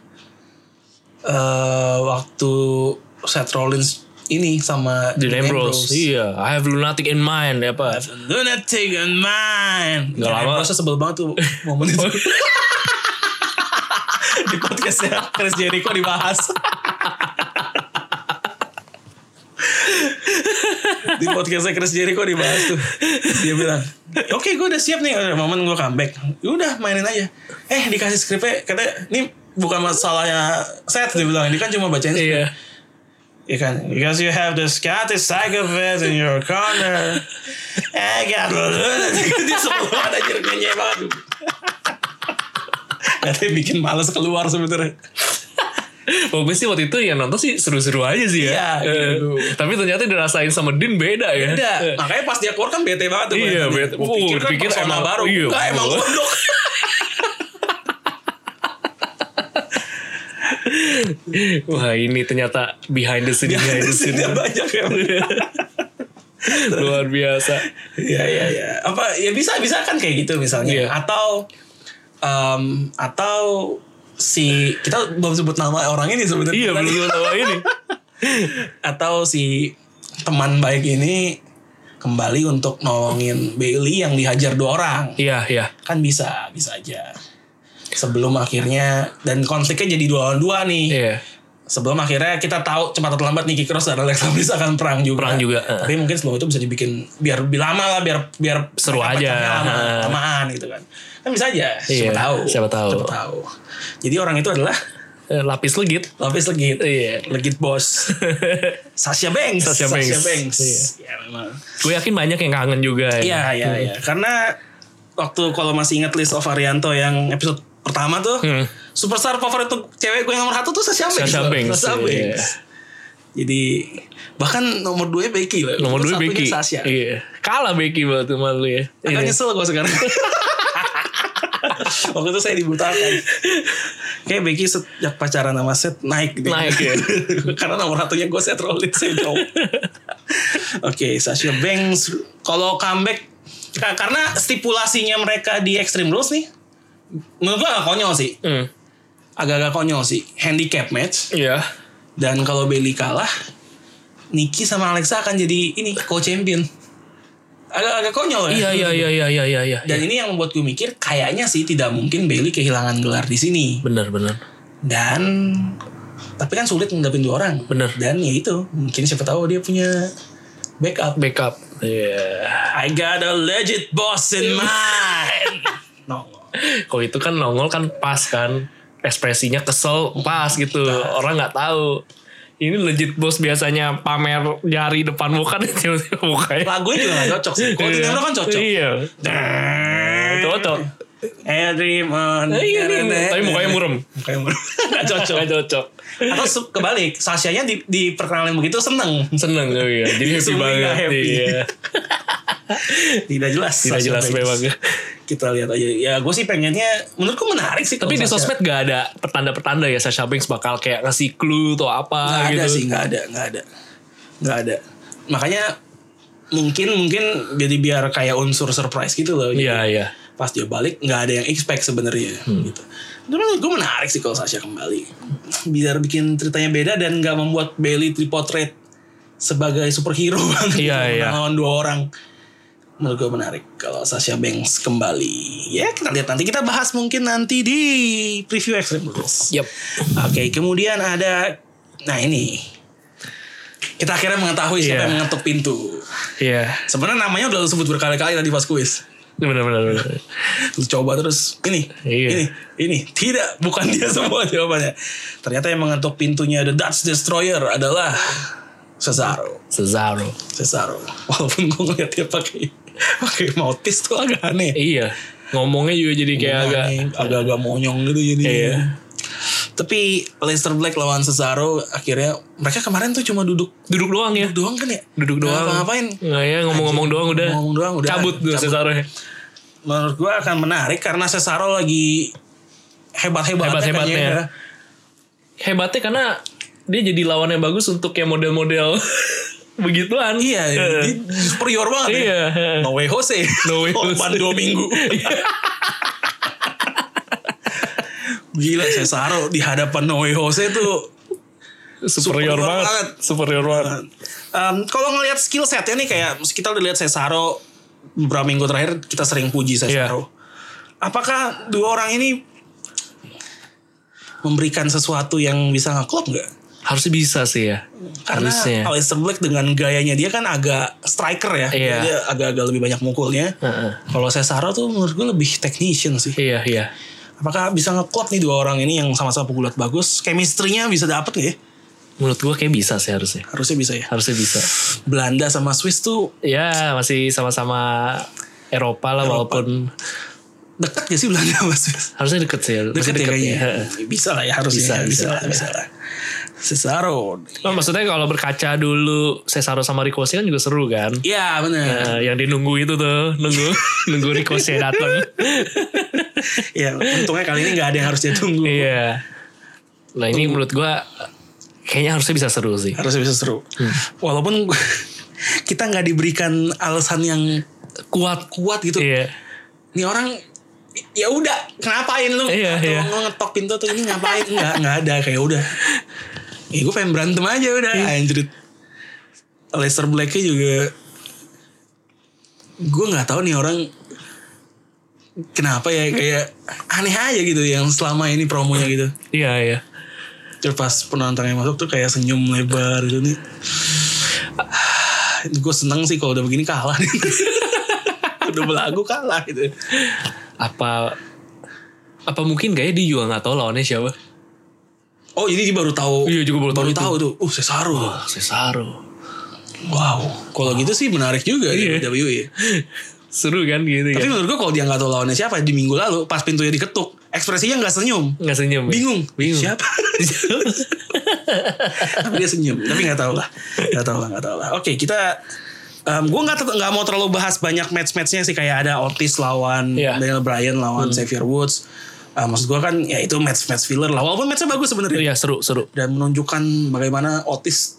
Speaker 1: eh waktu Seth Rollins ini sama
Speaker 3: Dean
Speaker 1: Dean
Speaker 3: Ambrose. Iya, I have lunatic in mind ya apa. <laughs>
Speaker 1: Lunatic in mine.
Speaker 3: Nggak lama.
Speaker 1: Ambrose sebel banget tuh momen
Speaker 3: Oh, <laughs>
Speaker 1: itu. di podcastnya Chris Jericho dibahas. di podcastnya Chris Jericho dibahas tuh. Dia bilang, oke gue udah siap nih. Ada momen gue comeback. Udah mainin aja. Eh dikasih skripnya. Kata ini bukan masalahnya set. Dia bilang, ini kan cuma bacain skrip.
Speaker 3: Iya.
Speaker 1: You can, because you have the Scottish psychopath in your corner. I got a lunatic. Dia sebel banget anjir nyanyi banget. Katanya bikin males keluar sebenernya.
Speaker 3: Kalau gue Oh, sih waktu itu yang nonton sih seru-seru aja sih ya.
Speaker 1: Iya,
Speaker 3: Eh,
Speaker 1: gitu.
Speaker 3: Tapi ternyata dirasain sama Dean beda ya.
Speaker 1: Tidak.
Speaker 3: Eh,
Speaker 1: Makanya pas dia keluar kan bete banget tuh.
Speaker 3: Iya,
Speaker 1: Gua
Speaker 3: bete.
Speaker 1: Gua pikir
Speaker 3: Oh,
Speaker 1: kan
Speaker 3: pikir
Speaker 1: persona
Speaker 3: emang-
Speaker 1: baru.
Speaker 3: iya,
Speaker 1: Enggak, emang
Speaker 3: gua. <laughs>
Speaker 1: gondok.
Speaker 3: <laughs> Wah ini ternyata behind the scene. Behind the scene.
Speaker 1: Dia banyak
Speaker 3: <laughs>
Speaker 1: ya.
Speaker 3: Iya. Luar biasa.
Speaker 1: Iya iya iya. Apa ya bisa bisa kan kayak gitu misalnya
Speaker 3: Iya.
Speaker 1: atau em, atau si kita belum sebut nama orang ini sebenarnya.
Speaker 3: Iya belum tahu tahu ini.
Speaker 1: atau si teman baik ini kembali untuk nolongin Bailey yang dihajar dua orang
Speaker 3: Iya iya.
Speaker 1: kan bisa bisa aja sebelum akhirnya dan konfliknya jadi dua lawan dua nih
Speaker 3: Iya.
Speaker 1: sebelum akhirnya kita tahu cepat atau lambat Nikki Cross dan Alexa Bliss akan perang juga
Speaker 3: Perang juga, eh.
Speaker 1: tapi mungkin sebelum itu bisa dibikin biar lebih lama lah biar biar
Speaker 3: Seru
Speaker 1: mereka
Speaker 3: aja.
Speaker 1: pacarnya lama,
Speaker 3: Eh.
Speaker 1: lamaan gitu kan kan bisa aja
Speaker 3: Iya,
Speaker 1: siapa tahu
Speaker 3: siapa tahu.
Speaker 1: siapa tahu jadi orang itu adalah <laughs>
Speaker 3: Eh, Lapis legit. <laughs>
Speaker 1: Lapis legit.
Speaker 3: Iya.
Speaker 1: Legit bos. Sasha Banks.
Speaker 3: Sasha Banks. Iya.
Speaker 1: Iya memang.
Speaker 3: Gue yakin banyak yang kangen juga
Speaker 1: Iya,
Speaker 3: ya.
Speaker 1: iya, iya. Karena waktu kalau masih ingat list of Arianto yang episode pertama tuh,
Speaker 3: Hmm.
Speaker 1: superstar favorit tuh cewek gue yang nomor satu tuh Sasha Banks.
Speaker 3: Sasha
Speaker 1: loh.
Speaker 3: Banks,
Speaker 1: Sasha
Speaker 3: iya.
Speaker 1: Banks. Jadi bahkan nomor 2 Becky loh. Nomor
Speaker 3: Nomor dua
Speaker 1: satunya
Speaker 3: Becky.
Speaker 1: Sasha.
Speaker 3: Iya. Kalah Becky banget sama lu ya.
Speaker 1: Agak
Speaker 3: Ini.
Speaker 1: nyesel gue
Speaker 3: <laughs>
Speaker 1: sekarang. Waktu itu saya dibutakan. Kayak Becky sejak pacaran sama Seth naik deh.
Speaker 3: Naik, ya.
Speaker 1: <laughs> Karena nomor satunya gue Seth Rollins saya jauh. Oke, Sasha Banks kalau comeback ka- karena stipulasinya mereka di Extreme Rules nih menurut gue agak konyol sih.
Speaker 3: Hmm.
Speaker 1: Agak-agak konyol sih. Handicap match
Speaker 3: Iya.
Speaker 1: dan kalau Bailey kalah Nikki sama Alexa akan jadi ini co-champion. Agak-agak konyol
Speaker 3: Iya
Speaker 1: ya.
Speaker 3: iya iya iya iya iya. iya.
Speaker 1: Dan ini yang membuat gue mikir kayaknya sih tidak mungkin Bailey kehilangan gelar di sini.
Speaker 3: Benar benar.
Speaker 1: Dan tapi kan sulit ngadepin dua orang.
Speaker 3: Bener.
Speaker 1: Dan ya itu mungkin siapa tahu dia punya backup.
Speaker 3: Backup. Iya.
Speaker 1: I got a legit boss in <laughs> mind. no.
Speaker 3: Kalau itu kan nongol kan pas kan ekspresinya kesel pas gitu orang nggak tahu ini legit bos biasanya pamer jari depan muka nih tiba-tiba mukanya
Speaker 1: kan Lagunya juga gak cocok sih. Kalau Dynamite kan cocok.
Speaker 3: iya
Speaker 1: Dang.
Speaker 3: cocok
Speaker 1: Eh dream on.
Speaker 3: Iya, iya, iya. Tapi mukanya murem.
Speaker 1: Mukanya murem. Nggak cocok.
Speaker 3: Nggak cocok.
Speaker 1: Atau se- kebalik, Sasha-nya di, diperkenalin begitu seneng.
Speaker 3: Seneng oh iya. Jadi happy
Speaker 1: Semua
Speaker 3: banget.
Speaker 1: nggak happy.
Speaker 3: Iya.
Speaker 1: Tidak jelas.
Speaker 3: Tidak
Speaker 1: Sasha
Speaker 3: jelas
Speaker 1: Banks.
Speaker 3: memang.
Speaker 1: Kita lihat aja. Ya gue sih pengennya, menurutku menarik sih.
Speaker 3: Tapi
Speaker 1: kalau
Speaker 3: di
Speaker 1: Sasha.
Speaker 3: sosmed gak ada pertanda-pertanda ya Sasha Banks bakal kayak ngasih clue atau apa
Speaker 1: Nggak
Speaker 3: gitu.
Speaker 1: ada sih, nggak ada, nggak ada, nggak ada. Makanya mungkin mungkin jadi biar kayak unsur surprise gitu loh.
Speaker 3: Iya,
Speaker 1: Jadi
Speaker 3: iya.
Speaker 1: Pas dia balik nggak ada yang expect sebenarnya
Speaker 3: Hmm.
Speaker 1: gitu. Tapi menurut gue menarik sih kalau Sasha kembali. <clears throat> Biar bikin ceritanya beda dan nggak membuat Bailey tripotret sebagai superhero <laughs> banget.
Speaker 3: Iya,
Speaker 1: gitu,
Speaker 3: iya.
Speaker 1: Melawan dua orang. Menurut gue menarik kalau Sasha Banks kembali. Ya kita lihat nanti kita bahas mungkin nanti di preview Extreme Rules.
Speaker 3: Yap.
Speaker 1: Oke, kemudian ada nah ini. Kita akhirnya mengetahui siapa
Speaker 3: Iya.
Speaker 1: yang mengetuk pintu.
Speaker 3: Iya.
Speaker 1: Sebenarnya namanya udah lu sebut berkali-kali tadi pas kuis.
Speaker 3: Benar-benar. benar.
Speaker 1: Lu coba terus ini,
Speaker 3: Iya.
Speaker 1: ini, ini. Tidak, bukan
Speaker 3: <laughs>
Speaker 1: dia semua jawabannya. Ternyata yang mengetuk pintunya The Dutch Destroyer adalah Cesaro.
Speaker 3: Cesaro.
Speaker 1: Cesaro. <laughs> Walaupun gue ngeliat dia pakai pakai mautis tuh agak aneh.
Speaker 3: Iya. Ngomongnya juga jadi kayak Iya, agak
Speaker 1: Aneh, agak-agak monyong gitu jadi.
Speaker 3: Iya.
Speaker 1: Tapi Leicester Black lawan Cesaro akhirnya mereka kemarin tuh cuma duduk
Speaker 3: duduk doang ya.
Speaker 1: doang kan ya?
Speaker 3: Duduk
Speaker 1: Nggak
Speaker 3: doang.
Speaker 1: Ngapa-ngapain?
Speaker 3: Nggak ya ngomong-ngomong doang udah.
Speaker 1: Ngomong doang udah.
Speaker 3: Cabut tuh Cesaro. ya.
Speaker 1: Menurut gua akan menarik karena Cesaro lagi hebat-hebatnya. kan ya.
Speaker 3: Hebat-hebatnya.
Speaker 1: kayaknya.
Speaker 3: Hebatnya karena dia jadi lawannya bagus untuk yang model-model <laughs> begituan. <laughs>
Speaker 1: Iya,
Speaker 3: Eh.
Speaker 1: dia superior banget. ya.
Speaker 3: Iya.
Speaker 1: No way Jose.
Speaker 3: No way Jose. Iya.
Speaker 1: Korban dua
Speaker 3: <laughs>
Speaker 1: minggu. Gila Cesaro di hadapan No way Jose tuh Superior
Speaker 3: Superior, banget.
Speaker 1: banget.
Speaker 3: Superior banget.
Speaker 1: Um, kalau ngelihat skill setnya nih kayak kita udah lihat Cesaro beberapa minggu terakhir kita sering
Speaker 3: Iya.
Speaker 1: puji Cesaro. Apakah dua orang ini memberikan sesuatu yang bisa ngeklop nggak?
Speaker 3: Harusnya bisa sih ya.
Speaker 1: Karena
Speaker 3: Harusnya.
Speaker 1: Aleister Black dengan gayanya dia kan agak striker ya.
Speaker 3: Iya.
Speaker 1: Dia agak-agak lebih banyak mukulnya.
Speaker 3: Heeh.
Speaker 1: Kalau Cesaro tuh menurut gue lebih technician sih.
Speaker 3: Iya, iya.
Speaker 1: Apakah bisa ngeklop nih dua orang ini yang sama-sama pegulat bagus? Chemistry-nya bisa dapet nggak ya?
Speaker 3: Menurut gua kayak bisa sih harusnya.
Speaker 1: Harusnya bisa ya.
Speaker 3: Harusnya bisa.
Speaker 1: Belanda sama Swiss tuh
Speaker 3: Ya, masih sama-sama Eropa lah walaupun
Speaker 1: dekat gak sih Belanda sama Swiss?
Speaker 3: harusnya deket sih. Masih
Speaker 1: Dekat ya kayaknya.
Speaker 3: ya.
Speaker 1: Bisa lah ya harusnya.
Speaker 3: Bisa,
Speaker 1: Bisa,
Speaker 3: bisa.
Speaker 1: lah, bisa lah. Cesaro.
Speaker 3: Oh, maksudnya kalau berkaca dulu Cesaro sama Ricochet kan juga seru kan?
Speaker 1: Ya benar.
Speaker 3: Eh, yang dinunggu itu tuh, nunggu <laughs> nunggu Ricochet datang.
Speaker 1: Ya untungnya kali ini nggak ada yang harus dia tunggu.
Speaker 3: Iya. Nah, ini menurut gua kayaknya harusnya bisa seru sih.
Speaker 1: Harusnya bisa seru.
Speaker 3: Hmm.
Speaker 1: Walaupun <laughs> kita nggak diberikan alasan yang
Speaker 3: Kuat.
Speaker 1: kuat gitu.
Speaker 3: Iya.
Speaker 1: Ini orang ya udah ngapain lu?
Speaker 3: Iya,
Speaker 1: Atau
Speaker 3: iya.
Speaker 1: lu ngetok pintu tuh ini ngapain? Nggak nggak ada kayak udah. Ya gue pengen berantem aja udah.
Speaker 3: Iya.
Speaker 1: Anjrit. Lester Blacknya juga gue nggak tahu nih orang kenapa ya kayak aneh aja gitu yang selama ini promonya gitu.
Speaker 3: Iya, iya.
Speaker 1: Terus pas penontonnya masuk tuh kayak senyum lebar gitu nih. gue seneng sih kalau udah begini kalah nih. <laughs> udah belagu kalah gitu.
Speaker 3: Apa apa mungkin gak ya dia juga nggak tahu lawannya siapa?
Speaker 1: Oh jadi dia baru tahu.
Speaker 3: Iya, juga baru tahu itu.
Speaker 1: tahu tuh. Uh Cesaro.
Speaker 3: Cesaro.
Speaker 1: Wow. Kalau gitu sih menarik juga
Speaker 3: Iya.
Speaker 1: di WWE.
Speaker 3: Seru kan gitu
Speaker 1: Tapi
Speaker 3: ya.
Speaker 1: menurut gue kalau dia nggak tahu lawannya siapa di minggu lalu pas pintunya diketuk ekspresinya nggak senyum.
Speaker 3: Nggak senyum. ya?
Speaker 1: Bingung.
Speaker 3: Bingung.
Speaker 1: Siapa? <laughs> tapi dia senyum. Tapi nggak tahu lah. Nggak tahu lah. Nggak tahu lah. Oke kita. em gue nggak nggak mau terlalu bahas banyak match-matchnya sih kayak ada Otis lawan
Speaker 3: Iya.
Speaker 1: Daniel Bryan lawan Xavier Woods. Eh, maksud gue kan ya itu match-match filler lah. Walaupun matchnya bagus sebenarnya.
Speaker 3: Iya, seru, seru.
Speaker 1: dan menunjukkan bagaimana Otis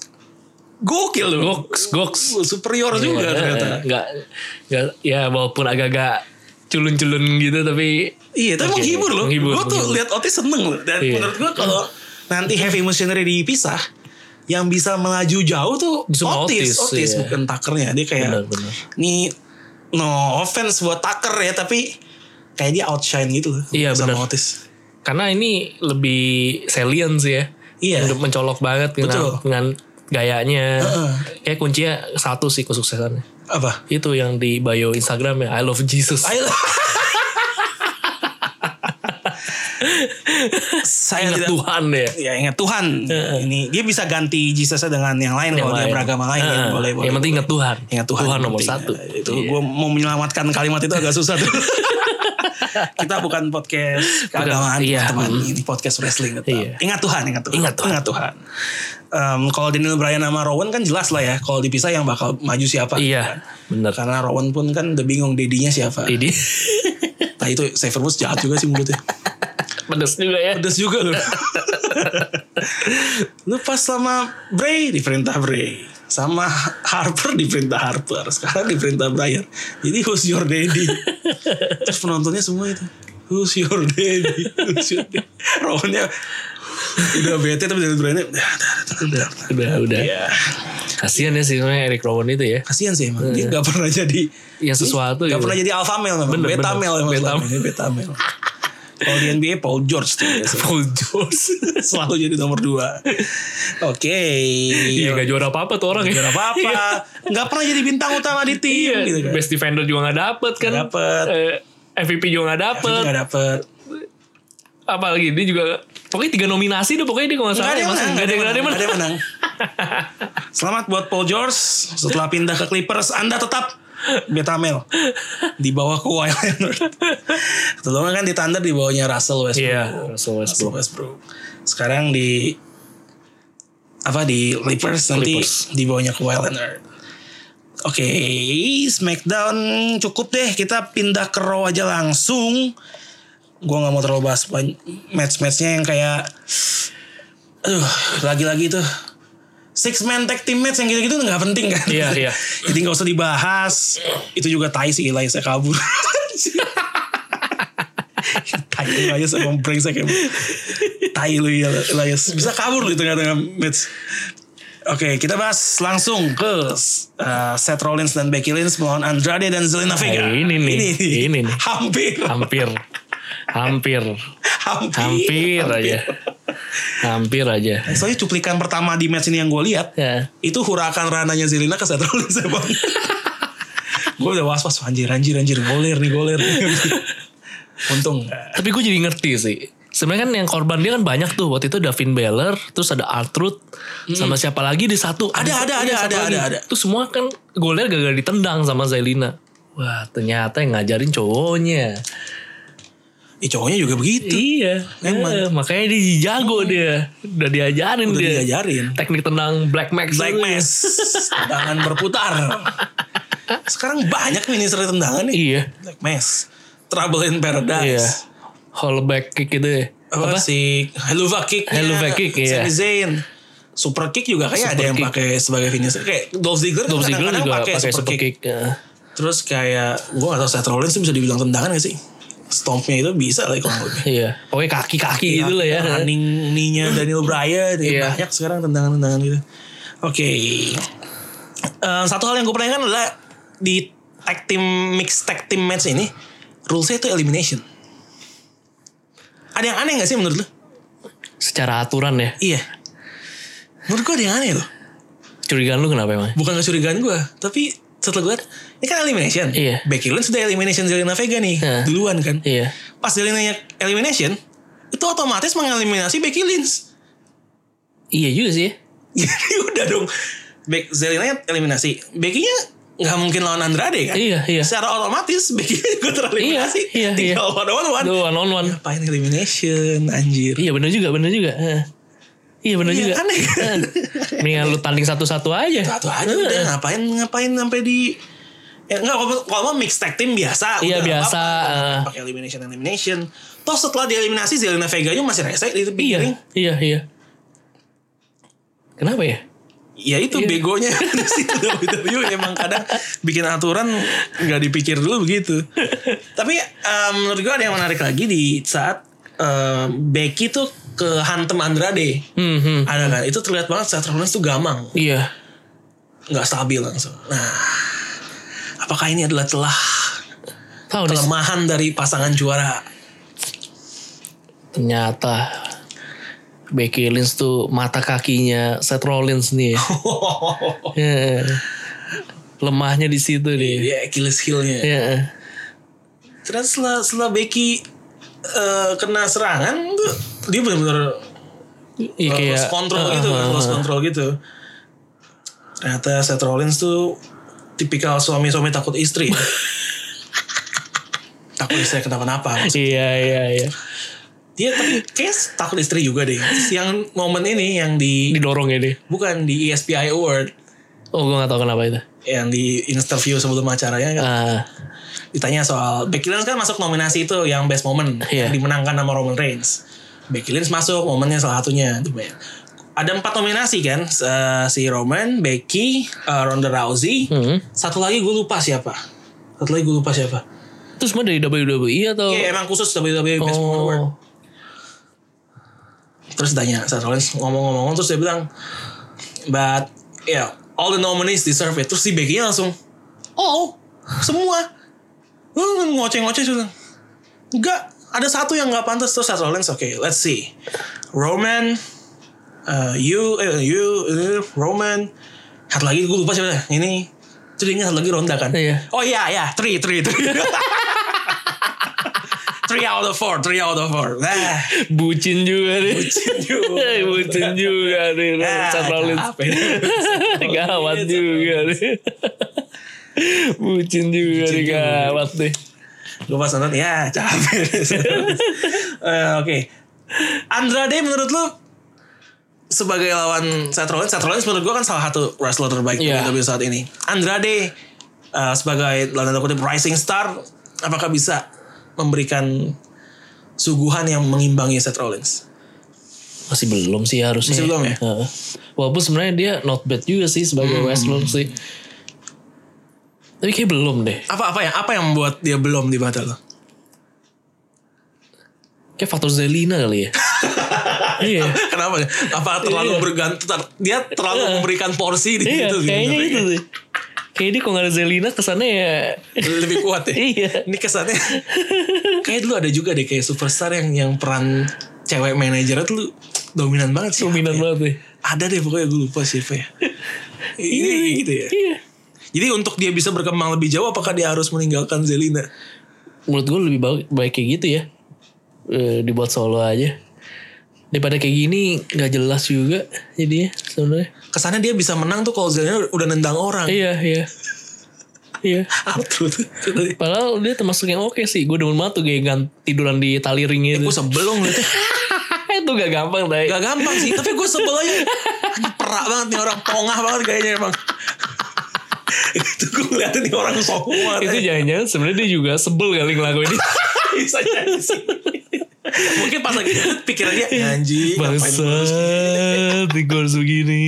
Speaker 1: gokil loh.
Speaker 3: Goks, goks.
Speaker 1: Superior juga
Speaker 3: Iya,
Speaker 1: ternyata.
Speaker 3: Nggak, nggak, ya walaupun agak-agak culun-culun gitu tapi
Speaker 1: Iya, tapi
Speaker 3: Oke,
Speaker 1: menghibur loh.
Speaker 3: menghibur,
Speaker 1: Gue tuh
Speaker 3: menghibur.
Speaker 1: lihat Otis seneng loh. Dan
Speaker 3: Iya.
Speaker 1: menurut gue kalau nanti Heavy Machinery dipisah, yang bisa melaju jauh tuh
Speaker 3: Cuma
Speaker 1: Otis,
Speaker 3: Otis,
Speaker 1: Otis,
Speaker 3: iya.
Speaker 1: bukan Tuckernya. Dia kayak
Speaker 3: Benar-benar.
Speaker 1: nih no offense buat Tucker ya, tapi kayak dia outshine gitu loh
Speaker 3: Iya,
Speaker 1: sama
Speaker 3: benar.
Speaker 1: Otis.
Speaker 3: karena ini lebih salient sih ya.
Speaker 1: Iya.
Speaker 3: Udah mencolok banget dengan,
Speaker 1: Betul.
Speaker 3: dengan gayanya.
Speaker 1: Heeh.
Speaker 3: Kayak kuncinya satu sih kesuksesannya.
Speaker 1: Apa?
Speaker 3: Itu yang di bio Instagram ya I love Jesus. <laughs>
Speaker 1: I love- Saya
Speaker 3: Ingat
Speaker 1: tidak
Speaker 3: Tuhan ya.
Speaker 1: ya ingat Tuhan ini dia bisa ganti Jesusnya dengan yang lain
Speaker 3: Yang
Speaker 1: kalau Iya, dia
Speaker 3: lain.
Speaker 1: beragama lain
Speaker 3: Heeh.
Speaker 1: boleh boleh
Speaker 3: Yang penting ingat Tuhan.
Speaker 1: ingat Tuhan
Speaker 3: nomor
Speaker 1: penting. Nah,
Speaker 3: satu.
Speaker 1: itu
Speaker 3: Iya. <laughs>
Speaker 1: gue mau menyelamatkan kalimat itu agak susah tuh Kita bukan podcast keagamaan,
Speaker 3: iya.
Speaker 1: teman. Ini podcast wrestling. tetap.
Speaker 3: Iya.
Speaker 1: Ingat Tuhan, ingat Tuhan.
Speaker 3: Ingat Tuhan.
Speaker 1: Em, kalau Daniel Bryan sama Rowan kan jelas lah ya. Kalau dipisah yang bakal maju siapa.
Speaker 3: Iya, bener.
Speaker 1: Karena Rowan pun kan udah bingung dedinya siapa.
Speaker 3: Jadi
Speaker 1: Nah itu Xavier Woods jahat juga sih mulutnya.
Speaker 3: <laughs> pedes juga ya.
Speaker 1: Pedas juga loh. <laughs> lu pas sama Bray diperintah Bray. Sama Harper diperintah Harper. Sekarang diperintah Brian. Jadi who's your daddy? Terus penontonnya semua itu. Who's your daddy? Who's your daddy? Rowannya udah bete tapi dari Brian
Speaker 3: Udah, udah.
Speaker 1: ya
Speaker 3: Kasian ya sih sebenarnya Eric Rowan itu ya.
Speaker 1: kasihan sih emang dia nggak pernah jadi
Speaker 3: Yang sesuatu
Speaker 1: nggak
Speaker 3: gitu.
Speaker 1: pernah jadi alpha male memang
Speaker 3: Bener,
Speaker 1: beta
Speaker 3: bener.
Speaker 1: male emang
Speaker 3: Beta
Speaker 1: selama
Speaker 3: male.
Speaker 1: ini, beta male kalau di NBA Paul George tuh biasanya.
Speaker 3: Paul George.
Speaker 1: selalu jadi nomor dua. Oke.
Speaker 3: Iya gak juara apa-apa tuh orang ya.
Speaker 1: Gak apa-apa. Gak pernah jadi bintang utama di tim.
Speaker 3: Iya,
Speaker 1: gitu kan.
Speaker 3: best defender juga gak dapet kan.
Speaker 1: Nggak dapet.
Speaker 3: Eh, MVP juga gak
Speaker 1: Tapi
Speaker 3: dapet.
Speaker 1: nggak dapet.
Speaker 3: Apalagi dia juga... Pokoknya tiga nominasi deh pokoknya dia kalau gak
Speaker 1: Nggak
Speaker 3: salah.
Speaker 1: ada yang
Speaker 3: ya,
Speaker 1: menang.
Speaker 3: Mas. Nggak ada yang
Speaker 1: nggak
Speaker 3: nggak ada
Speaker 1: nggak
Speaker 3: yang
Speaker 1: ada
Speaker 3: menang.
Speaker 1: yang menang. Selamat buat Paul George. Setelah pindah ke Clippers, Anda tetap beta male. Di bawah Kawhi Leonard. Terutama kan di Thunder di bawahnya Russell Westbrook.
Speaker 3: Iya, Russell Westbrook.
Speaker 1: Westbrook. Sekarang di apa di Clippers nanti
Speaker 3: Clippers.
Speaker 1: di bawahnya Kawhi Leonard. Oke, Smackdown cukup deh. Kita pindah ke Raw aja langsung. Gua nggak mau terlalu bahas pan- match-matchnya yang kayak, aduh, lagi-lagi tuh six man tag team match yang gitu-gitu nggak penting kan?
Speaker 3: Iya, iya.
Speaker 1: <laughs> Jadi nggak usah dibahas. Itu juga tai sih, gila saya kabur. <laughs> tai Elias emang brengsek emang. Tai lu ya Elias. Bisa kabur lu di tengah-tengah match. Oke, kita bahas langsung ke uh, Seth Rollins dan Becky Lynch melawan Andrade dan Zelina Vega.
Speaker 3: Nah, ini nih, ini nih.
Speaker 1: Hampir,
Speaker 3: Hampir. Hampir.
Speaker 1: Iya, hampir,
Speaker 3: Hampir aja. Hampir aja.
Speaker 1: Soalnya cuplikan pertama di match ini yang gue lihat,
Speaker 3: Ya.
Speaker 1: itu hurakan rananya Zelina ke Seth Rollins emang.
Speaker 3: <laughs>
Speaker 1: gue udah was-was anjir anjir anjir goler nih goler. Untung nggak.
Speaker 3: Tapi gue jadi ngerti sih. Sebenarnya kan yang korban dia kan banyak tuh. Waktu itu Davin Beller, terus ada Artrud, sama siapa lagi di satu.
Speaker 1: Hmm. Ada, ada, ada,
Speaker 3: iya, satu
Speaker 1: ada,
Speaker 3: lagi.
Speaker 1: ada, ada.
Speaker 3: Terus semua kan golnya gagal ditendang sama Zelina. Wah ternyata yang ngajarin cowoknya.
Speaker 1: Ih, cowoknya juga begitu.
Speaker 3: Iya.
Speaker 1: Emang.
Speaker 3: Eh, makanya dia jago dia. Udah diajarin
Speaker 1: Oh. Udah
Speaker 3: dia.
Speaker 1: diajarin.
Speaker 3: Teknik tendang Black Max.
Speaker 1: Black
Speaker 3: itu.
Speaker 1: Mass. Tangan berputar. Sekarang banyak minister tendangan nih.
Speaker 3: Iya.
Speaker 1: Black Mass. Trouble in Paradise.
Speaker 3: Iya. Hollback kick gitu ya.
Speaker 1: Apa,
Speaker 3: Apa?
Speaker 1: si Helluva Kick.
Speaker 3: Helluva Kick, iya.
Speaker 1: Sami Zayn. Super kick juga kayak ada
Speaker 3: Super
Speaker 1: yang
Speaker 3: kick.
Speaker 1: pakai sebagai finisher. Kayak Dolph Ziggler kan
Speaker 3: Dolph Ziggler
Speaker 1: kadang-kadang
Speaker 3: juga
Speaker 1: pakai
Speaker 3: pakai
Speaker 1: super, kick.
Speaker 3: Eh,
Speaker 1: Terus kayak gue gak tau Seth Rollins tuh bisa dibilang tendangan gak sih? Stompnya itu bisa lah kalau gue.
Speaker 3: Iya. Pokoknya kaki-kaki
Speaker 1: Iya,
Speaker 3: gitu lah ya.
Speaker 1: Running knee-nya Daniel Bryan. ya,
Speaker 3: Iya.
Speaker 1: Banyak sekarang tendangan-tendangan gitu. Oke. Eh, satu hal yang gue pertanyakan adalah di tag team mix tag team match ini rulesnya itu elimination. Ada yang aneh gak sih menurut lu?
Speaker 3: Secara aturan ya.
Speaker 1: Iya. Menurut gue ada yang aneh loh.
Speaker 3: Curigaan lu kenapa emang?
Speaker 1: Bukan kecurigaan gue, tapi setelah gue liat, ini kan elimination.
Speaker 3: Iya.
Speaker 1: Becky Lynch sudah elimination Zelina Vega nih,
Speaker 3: Iya.
Speaker 1: duluan kan.
Speaker 3: Iya.
Speaker 1: Pas Zelina elimination, itu otomatis mengeliminasi Becky Lynch. <laughs>
Speaker 3: Iya juga sih.
Speaker 1: Jadi udah dong. Back Zelina eliminasi. Becky-nya nggak mungkin lawan Andrade kan?
Speaker 3: Iya, iya.
Speaker 1: Secara otomatis Becky <laughs> juga tereliminasi.
Speaker 3: Iya, iya,
Speaker 1: Tinggal one on one.
Speaker 3: Aduh, one on one.
Speaker 1: Ngapain elimination anjir.
Speaker 3: Iya bener juga, bener juga. Heeh. <laughs> Iya Iya. bener
Speaker 1: Iya,
Speaker 3: juga.
Speaker 1: aneh.
Speaker 3: Heeh. Mendingan lu tanding satu-satu aja.
Speaker 1: Satu aja udah ngapain ngapain sampai di Ya enggak kalau kalau mau mix tag team biasa udah nggak
Speaker 3: Iya, biasa,
Speaker 1: apa-apa.
Speaker 3: eh.
Speaker 1: pakai elimination elimination. Toh setelah dieliminasi Zelina Vega nya masih rese di tepi
Speaker 3: Iya,
Speaker 1: ring.
Speaker 3: iya, iya. Kenapa ya?
Speaker 1: Ya itu
Speaker 3: Iya.
Speaker 1: begonya di situ WWE emang kadang bikin aturan nggak dipikir dulu begitu. Tapi em, menurut gue ada yang menarik lagi di saat em, Becky tuh ke hantem Andrade.
Speaker 3: Hmm, hmm.
Speaker 1: Ada kan? Itu terlihat banget Seth Rollins tuh gamang,
Speaker 3: Iya.
Speaker 1: nggak stabil langsung. Nah, apakah ini adalah celah
Speaker 3: Tahu nih,
Speaker 1: kelemahan dari pasangan juara?
Speaker 3: ternyata Becky Lynch tuh mata kakinya Seth Rollins
Speaker 1: <laughs>
Speaker 3: nih. ya. Heeh. Lemahnya di situ nih. Iya.
Speaker 1: Dia Achilles heel-nya.
Speaker 3: Heeh.
Speaker 1: Terus setelah, setelah Becky eh, kena serangan tuh dia benar-benar
Speaker 3: Iya kayak eh,
Speaker 1: lost control
Speaker 3: Heeh,
Speaker 1: gitu,
Speaker 3: heeh,
Speaker 1: lost
Speaker 3: heeh.
Speaker 1: control gitu. Ternyata Seth
Speaker 3: <laughs>
Speaker 1: Rollins tuh tipikal suami-suami takut istri. ya. takut istri kenapa-napa
Speaker 3: iya iya iya
Speaker 1: dia tapi case takut istri juga deh Terus yang momen ini yang di
Speaker 3: didorong ini
Speaker 1: bukan di E ESPI Award
Speaker 3: oh gue nggak tahu kenapa itu
Speaker 1: yang di interview sebelum acaranya kan,
Speaker 3: ah
Speaker 1: ditanya soal Becky Lynch kan masuk nominasi itu yang best moment
Speaker 3: Iya.
Speaker 1: yang dimenangkan sama Roman Reigns Becky Lynch masuk momennya salah satunya Itu banyak. ada empat nominasi kan s- eh, si Roman Becky eh, Ronda Rousey
Speaker 3: hmm.
Speaker 1: satu lagi gue lupa siapa satu lagi gue lupa siapa
Speaker 3: terus mah dari WWE atau
Speaker 1: Iya emang khusus WWE Best Moment Award
Speaker 3: oh
Speaker 1: terus tanya Seth Rollins ngomong-ngomong terus dia bilang but yeah all the nominees deserve it terus si Becky langsung oh, oh, semua Lu ngoceh-ngoceh terus bilang, enggak ada satu yang nggak pantas terus Seth Rollins oke let's see Roman uh, you eh, you eh, Roman satu lagi gue lupa siapa ini terus dia ingat satu lagi Ronda kan
Speaker 3: Iya.
Speaker 1: oh iya iya three three three <laughs> three out of four three out of four nah
Speaker 3: bucin juga nih <laughs> bucin
Speaker 1: juga.
Speaker 3: bucin juga nih
Speaker 1: Ah,
Speaker 3: Seth Rollins
Speaker 1: apa ini?
Speaker 3: <laughs>
Speaker 1: Iya,
Speaker 3: gawat juga nih bucin juga nih gawat nih
Speaker 1: Gue pas nonton ya
Speaker 3: <laughs>
Speaker 1: capek. Eh, Oke. Andrade menurut lu sebagai lawan Seth Rollins, Seth Rollins menurut gue kan salah satu wrestler terbaik di
Speaker 3: Iya.
Speaker 1: WWE saat ini. Andrade eh, sebagai dalam tanda kutip rising star, apakah bisa memberikan suguhan yang mengimbangi Seth Rollins?
Speaker 3: masih belum sih harusnya
Speaker 1: Masih belum ya? Hmm.
Speaker 3: Heeh. walaupun sebenarnya dia not bad juga sih sebagai wrestler sih tapi kayak belum deh
Speaker 1: Apa apa ya? Apa yang membuat dia belum di mata lo?
Speaker 3: kayak faktor Zelina
Speaker 1: <laughs>
Speaker 3: kali ya iya
Speaker 1: <laughs> Kenapa? Apa terlalu
Speaker 3: Iya.
Speaker 1: bergantung? ter- Dia terlalu
Speaker 3: Iya.
Speaker 1: memberikan porsi di
Speaker 3: iya
Speaker 1: situ Gitu sih
Speaker 3: kayaknya
Speaker 1: sebenarnya.
Speaker 3: itu sih kayak dia kalau nggak ada Zelina kesannya ya <laughs>
Speaker 1: lebih kuat ya.
Speaker 3: Iya.
Speaker 1: Ini kesannya kayak dulu ada juga deh kayak superstar yang yang peran cewek manajer itu lu dominan banget sih.
Speaker 3: dominan banget deh
Speaker 1: Ada deh pokoknya gue lupa
Speaker 3: <laughs>
Speaker 1: siapa ya. Ini gitu ya.
Speaker 3: iya
Speaker 1: Jadi untuk dia bisa berkembang lebih jauh apakah dia harus meninggalkan Zelina?
Speaker 3: menurut gue lebih baik, baik kayak gitu ya Eh, dibuat solo aja daripada kayak gini nggak jelas juga jadinya sebenarnya
Speaker 1: Kesannya dia bisa menang tuh kalau Zelina udah nendang orang. <laughs> Ah,
Speaker 3: iya iya iya
Speaker 1: Arthur tuh.
Speaker 3: Padahal dia termasuk yang oke sih. Gue demen banget tuh gengan tiduran di tali ring itu.
Speaker 1: gue sebel loh ngeliatnya.
Speaker 3: <laughs> itu gak gampang dai.
Speaker 1: Gak Iya, gampang sih, tapi gue sebel aja. Anjing, Perak banget nih orang, pongah banget kayaknya emang. <laughs> itu gue ngeliatin nih orang sombong banget.
Speaker 3: itu jangan-jangan sebenarnya dia juga sebel kali ngelakuin ini.
Speaker 1: bisa jadi sih. Mungkin pas lagi ngedet, pikirannya
Speaker 3: Iya.
Speaker 1: anjing ngapain
Speaker 3: Bangsa, gue harus begini.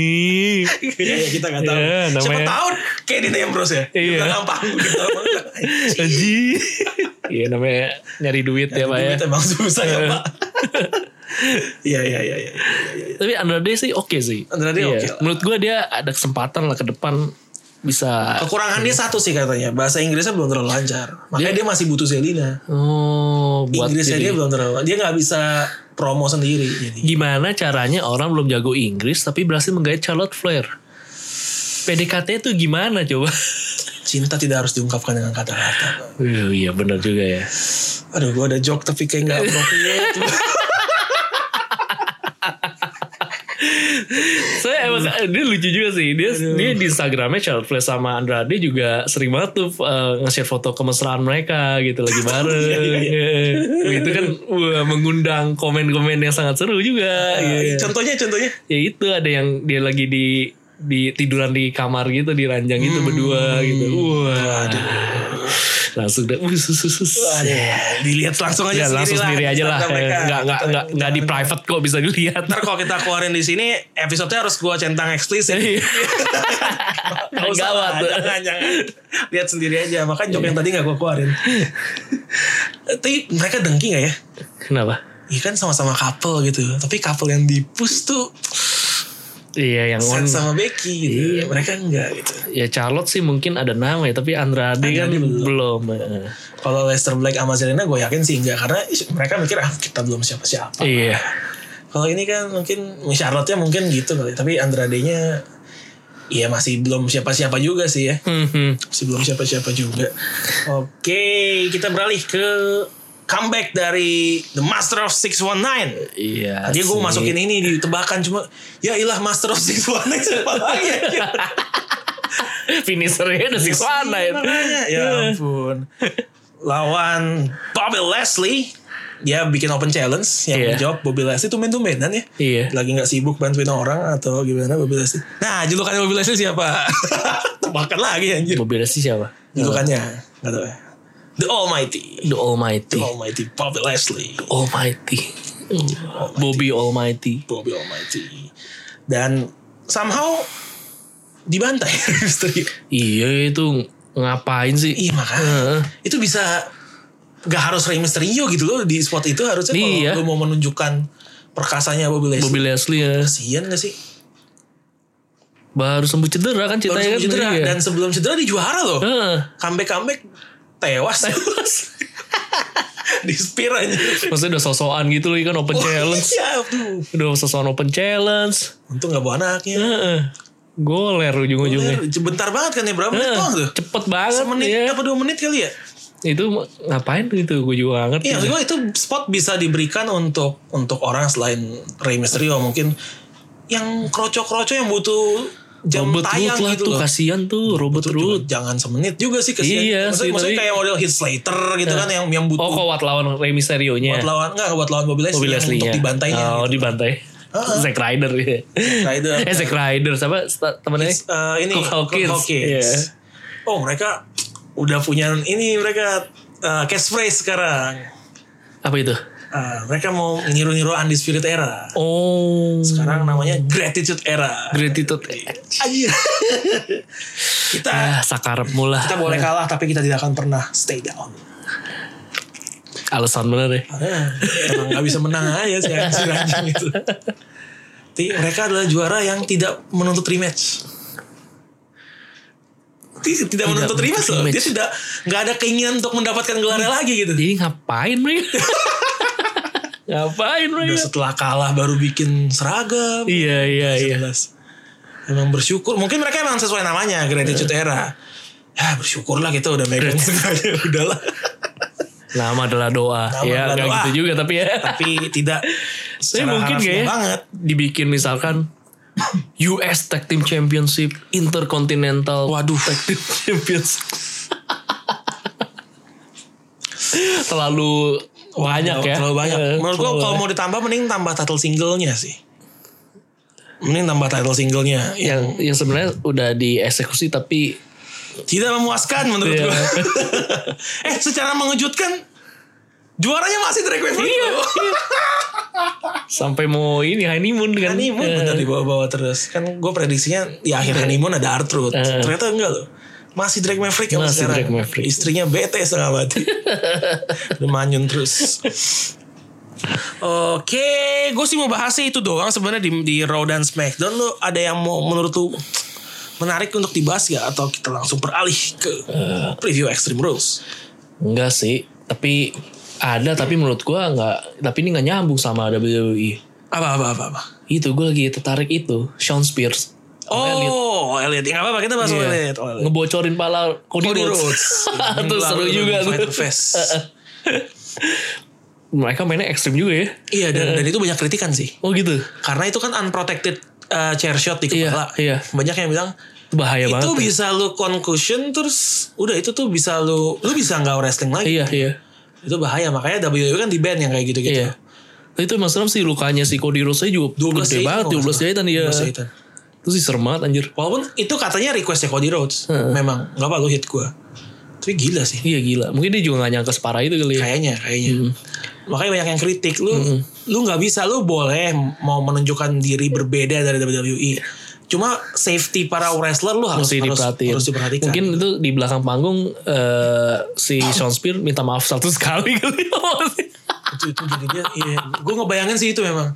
Speaker 1: ya, ya, kita nggak tahu.
Speaker 3: Iya,
Speaker 1: Siapa
Speaker 3: namanya-
Speaker 1: tahu kayak di Ambrose ya.
Speaker 3: Iya.
Speaker 1: Iya. Gampang gitu.
Speaker 3: Aji. <laughs> Iya namanya nyari duit ya pak ya.
Speaker 1: Duit emang susah ya,
Speaker 3: <laughs>
Speaker 1: Pak. Iya, iya, iya, iya.
Speaker 3: Tapi Andrade sih oke sih.
Speaker 1: Andrade
Speaker 3: Iya.
Speaker 1: oke lah.
Speaker 3: Menurut gue dia ada kesempatan lah ke depan bisa.
Speaker 1: Kekurangan dia satu sih katanya. Bahasa Inggrisnya belum terlalu lancar. Makanya dia masih butuh Zelina.
Speaker 3: Oh, Iya. buat
Speaker 1: Inggrisnya
Speaker 3: jadi-
Speaker 1: dia belum terlalu. Dia nggak bisa promo sendiri. Jadi.
Speaker 3: Gimana caranya orang belum jago Inggris tapi berhasil menggait Charlotte Flair? PDKT itu gimana coba? <laughs>
Speaker 1: Cinta tidak harus diungkapkan dengan kata-kata. Pak.
Speaker 3: Wih, iya benar juga ya.
Speaker 1: Aduh, gue ada joke tapi kayak
Speaker 3: <laughs>
Speaker 1: nggak appropriate.
Speaker 3: Saya emang
Speaker 1: Hmm.
Speaker 3: eh, dia lucu juga sih. Dia dia di Instagramnya Charlotte Flair sama Andrade juga sering banget tuh eh, nge-share foto kemesraan mereka gitu
Speaker 1: <laughs>
Speaker 3: lagi bareng. Iya. Itu kan wah, mengundang komen-komen yang sangat
Speaker 1: Ah,
Speaker 3: seru juga. Iya.
Speaker 1: Contohnya, contohnya.
Speaker 3: ya itu ada yang dia lagi di di tiduran di kamar gitu di ranjang
Speaker 1: Hmm.
Speaker 3: gitu berdua gitu wah langsung deh wus, wus, wus, wus.
Speaker 1: Ada, dilihat langsung aja
Speaker 3: ya
Speaker 1: sendiri
Speaker 3: langsung sendiri aja lah
Speaker 1: Instagram mereka. Gitu.
Speaker 3: Eh, nggak nggak nggak nggak di private kok bisa dilihat <laughs>
Speaker 1: Ntar kalau kita keluarin di sini episode-nya harus gua centang eksplisit. <laughs> Nggak usah lah,
Speaker 3: Iya. gawat tuh.
Speaker 1: Jangan, jangan. Lihat sendiri aja. Makanya joke yang tadi gak gua
Speaker 3: <laughs>
Speaker 1: keluarin. Tapi mereka dengki gak ya?
Speaker 3: kenapa
Speaker 1: Iya kan sama-sama couple gitu. Tapi couple yang dipus tuh
Speaker 3: iya yang on
Speaker 1: Seth sama Becky gitu.
Speaker 3: Iya.
Speaker 1: Mereka enggak gitu.
Speaker 3: ya Charlotte sih mungkin ada nama ya tapi Andrade, kan
Speaker 1: Andrade belum.
Speaker 3: belum, Eh,
Speaker 1: Kalau Lester Black sama Zelina gue yakin sih enggak. Karena mereka mikir ah kita belum siapa-siapa.
Speaker 3: iya
Speaker 1: Kalau ini kan mungkin Charlotte-nya mungkin gitu kali, tapi Andrade-nya ya masih belum siapa-siapa juga sih ya.
Speaker 3: Hmm, hmm.
Speaker 1: Masih belum siapa-siapa juga. Oke, kita beralih ke comeback dari The Master of 619.
Speaker 3: iya
Speaker 1: Tadi gue
Speaker 3: sih. <laughs>
Speaker 1: masukin ini di tebakan cuma ya ilah Master of 619 siapa lagi ya?
Speaker 3: ya, finishernya udah sih mana
Speaker 1: Makanya,
Speaker 3: itu
Speaker 1: ya ampun. lawan Bobby Leslie dia bikin open challenge yang
Speaker 3: Iya.
Speaker 1: menjawab Bobby Leslie tuh tumben-tumbenan ya
Speaker 3: Iya.
Speaker 1: lagi nggak sibuk bantuin orang atau gimana Bobby Leslie nah julukannya Bobby Leslie siapa <laughs> tebakan lagi anjir
Speaker 3: Mobilnya sih siapa?
Speaker 1: julukannya nggak tahu ya The Almighty
Speaker 3: The Almighty.
Speaker 1: The Almighty Bobby Leslie
Speaker 3: Almighty. Bobby Almighty.
Speaker 1: Bobby Almighty dan somehow dibantai <laughs> Mysterio
Speaker 3: Iya itu ngapain sih?
Speaker 1: Iya makanya itu bisa gak harus Rey Mysterio gitu loh di spot itu harusnya
Speaker 3: Iya.
Speaker 1: kalau lu mau menunjukkan perkasanya Bobby Leslie.
Speaker 3: Bobby Leslie ya.
Speaker 1: Kasian gak sih?
Speaker 3: Baru sembuh cedera kan
Speaker 1: Baru
Speaker 3: ceritanya
Speaker 1: sebelum
Speaker 3: kan.
Speaker 1: cedera
Speaker 3: iya.
Speaker 1: dan sebelum cedera di juara loh.
Speaker 3: Heeh.
Speaker 1: Comeback-comeback tewas. Tewas. <laughs> di spear aja.
Speaker 3: Maksudnya udah sosokan gitu loh kan open challenge.
Speaker 1: <laughs> Iya, aduh.
Speaker 3: Udah sosokan open challenge.
Speaker 1: Untung gak bawa anaknya.
Speaker 3: Heeh. Goler ujung-ujungnya.
Speaker 1: Bentar banget kan ya berapa menit
Speaker 3: Heeh,
Speaker 1: doang tuh?
Speaker 3: Iya, Eh, Cepet banget
Speaker 1: Menit
Speaker 3: ya.
Speaker 1: apa dua menit kali ya?
Speaker 3: Itu ngapain tuh itu gue juga gak ngerti.
Speaker 1: Iya, maksud gue itu spot bisa diberikan untuk untuk orang selain Rey Mysterio mungkin yang kroco-kroco yang butuh jam
Speaker 3: Robert
Speaker 1: tayang
Speaker 3: Root lah
Speaker 1: gitu
Speaker 3: tuh
Speaker 1: loh.
Speaker 3: kasihan tuh Robert
Speaker 1: Itu
Speaker 3: Root.
Speaker 1: juga jangan semenit juga sih kasihan.
Speaker 3: Iya
Speaker 1: maksudnya,
Speaker 3: sih,
Speaker 1: maksudnya
Speaker 3: tapi-
Speaker 1: kayak model Heath Slater gitu kan yang yang
Speaker 3: Oh
Speaker 1: butuh
Speaker 3: kok buat lawan Rey Mysterio-nya.
Speaker 1: buat lawan enggak buat lawan Bobby Leslie,
Speaker 3: Bobby
Speaker 1: yang
Speaker 3: Leslie-nya.
Speaker 1: untuk dibantainya.
Speaker 3: Oh
Speaker 1: gitu.
Speaker 3: dibantai. Zack Ryder ya.
Speaker 1: Ryder.
Speaker 3: <laughs> Eh Zack Ryder sama sta- temennya.
Speaker 1: Eh, ini
Speaker 3: Cook Hawkins.
Speaker 1: Cook Hawkins.
Speaker 3: Iya.
Speaker 1: Oh, mereka udah punya ini mereka eh, catchphrase sekarang.
Speaker 3: Apa itu?
Speaker 1: Eh, mereka mau niru-niru Andy Spirit Era.
Speaker 3: Oh.
Speaker 1: Sekarang namanya Gratitude Era.
Speaker 3: Gratitude.
Speaker 1: <laughs> Anjir. kita
Speaker 3: Ah, sakarep mula.
Speaker 1: kita boleh kalah tapi kita tidak akan pernah stay down.
Speaker 3: Alasan bener ya.
Speaker 1: Ah, Emang nggak bisa menang aja sih anjing anjing itu. Jadi mereka adalah juara yang tidak menuntut rematch. Tidak, tidak menuntut rematch loh. Dia
Speaker 3: rematch.
Speaker 1: tidak nggak ada keinginan untuk mendapatkan gelarnya lagi gitu.
Speaker 3: Jadi ngapain mereka? <laughs> ngapain
Speaker 1: Udah
Speaker 3: mereka?
Speaker 1: setelah kalah baru bikin seragam.
Speaker 3: Iya iya iya.
Speaker 1: jelas. Emang bersyukur. Mungkin mereka emang sesuai namanya Gratitude Era. Ya bersyukurlah kita udah megang sengaja <laughs> udahlah.
Speaker 3: Nama adalah doa.
Speaker 1: Nama
Speaker 3: ya
Speaker 1: adalah
Speaker 3: nggak
Speaker 1: doa.
Speaker 3: gitu juga tapi ya.
Speaker 1: Tapi tidak
Speaker 3: Tapi
Speaker 1: secara
Speaker 3: mungkin
Speaker 1: harfiah
Speaker 3: kayak
Speaker 1: banget.
Speaker 3: dibikin misalkan US Tag Team Championship Intercontinental Waduh Tag Team Champions <laughs> terlalu banyak ya
Speaker 1: Terlalu banyak.
Speaker 3: Eh,
Speaker 1: Menurut gua
Speaker 3: terlalu
Speaker 1: kalau
Speaker 3: banyak.
Speaker 1: mau ditambah mending tambah title singlenya sih. Mending tambah title singlenya. Ya,
Speaker 3: yang yang sebenarnya udah dieksekusi tapi
Speaker 1: tidak memuaskan menurut
Speaker 3: Iya.
Speaker 1: gua. <laughs> eh secara mengejutkan juaranya masih Drag Queen Fleet.
Speaker 3: Iya. sampai mau ini honeymoon kan
Speaker 1: Honeymoon Iya.
Speaker 3: Eh,
Speaker 1: bener dibawa-bawa terus. Kan gue prediksinya di akhir honeymoon ada Arthrud.
Speaker 3: Eh.
Speaker 1: Ternyata enggak loh. Masih Drake Maverick yang
Speaker 3: Masih
Speaker 1: sekarang.
Speaker 3: Drake Maverick.
Speaker 1: Istrinya bete setengah <laughs> mati. Udah manyun terus. Oke, gue sih mau bahas sih itu doang sebenarnya di, di Raw dan SmackDown lu ada yang mau menurut lu menarik untuk dibahas ya atau kita langsung beralih ke preview Extreme Rules?
Speaker 3: enggak sih tapi ada tapi menurut gua nggak tapi ini nggak nyambung sama E. WWE
Speaker 1: Apa apa apa apa?
Speaker 3: itu gue lagi tertarik itu Sean Spears Sama Elliot.
Speaker 1: Oh, Elliot, nggak apa-apa kita bahas
Speaker 3: Iya.
Speaker 1: Elliot. Oh, Elliot.
Speaker 3: ngebocorin pala Cody,
Speaker 1: Cody Rhodes.
Speaker 3: Rhodes. <laughs> Itu seru
Speaker 1: Lalu
Speaker 3: juga tuh.
Speaker 1: Fighter Fest.
Speaker 3: Mereka mainnya ekstrim juga ya.
Speaker 1: Iya dan, dan itu banyak kritikan sih
Speaker 3: Oh gitu.
Speaker 1: karena itu kan unprotected uh, chair shot di
Speaker 3: Iya,
Speaker 1: kepala.
Speaker 3: iya.
Speaker 1: Banyak yang bilang
Speaker 3: Bahaya
Speaker 1: itu
Speaker 3: banget.
Speaker 1: bisa lu concussion terus udah itu tuh bisa lu lu bisa nggak wrestling lagi.
Speaker 3: Iya, iya.
Speaker 1: Itu bahaya makanya WWE kan di ban yang kayak gitu-gitu.
Speaker 3: Iya. Tapi itu emang serem sih lukanya si Cody Rhodes aja
Speaker 1: 12
Speaker 3: juga gede
Speaker 1: jahitan
Speaker 3: banget. iya.
Speaker 1: kalau
Speaker 3: 12
Speaker 1: nggak salah.
Speaker 3: jahitan dia.
Speaker 1: 12 jahitan.
Speaker 3: Itu sih serem banget anjir.
Speaker 1: Walaupun itu katanya requestnya Cody Rhodes. Memang nggak apa lu hit gua. Tapi gila sih.
Speaker 3: Iya gila. Mungkin dia juga gak nyangka separah itu kali ya.
Speaker 1: Kayaknya, kayaknya. Makanya banyak yang kritik lu lu nggak bisa lu boleh mau menunjukkan diri berbeda dari WWE. Cuma safety para wrestler lu harus
Speaker 3: Mesti
Speaker 1: harus,
Speaker 3: diperhatiin.
Speaker 1: harus diperhatikan.
Speaker 3: Mungkin itu di belakang panggung eh, si Sean Spears minta maaf satu <laughs> kali kali.
Speaker 1: itu, itu jadi dia iya gue ngebayangin sih itu memang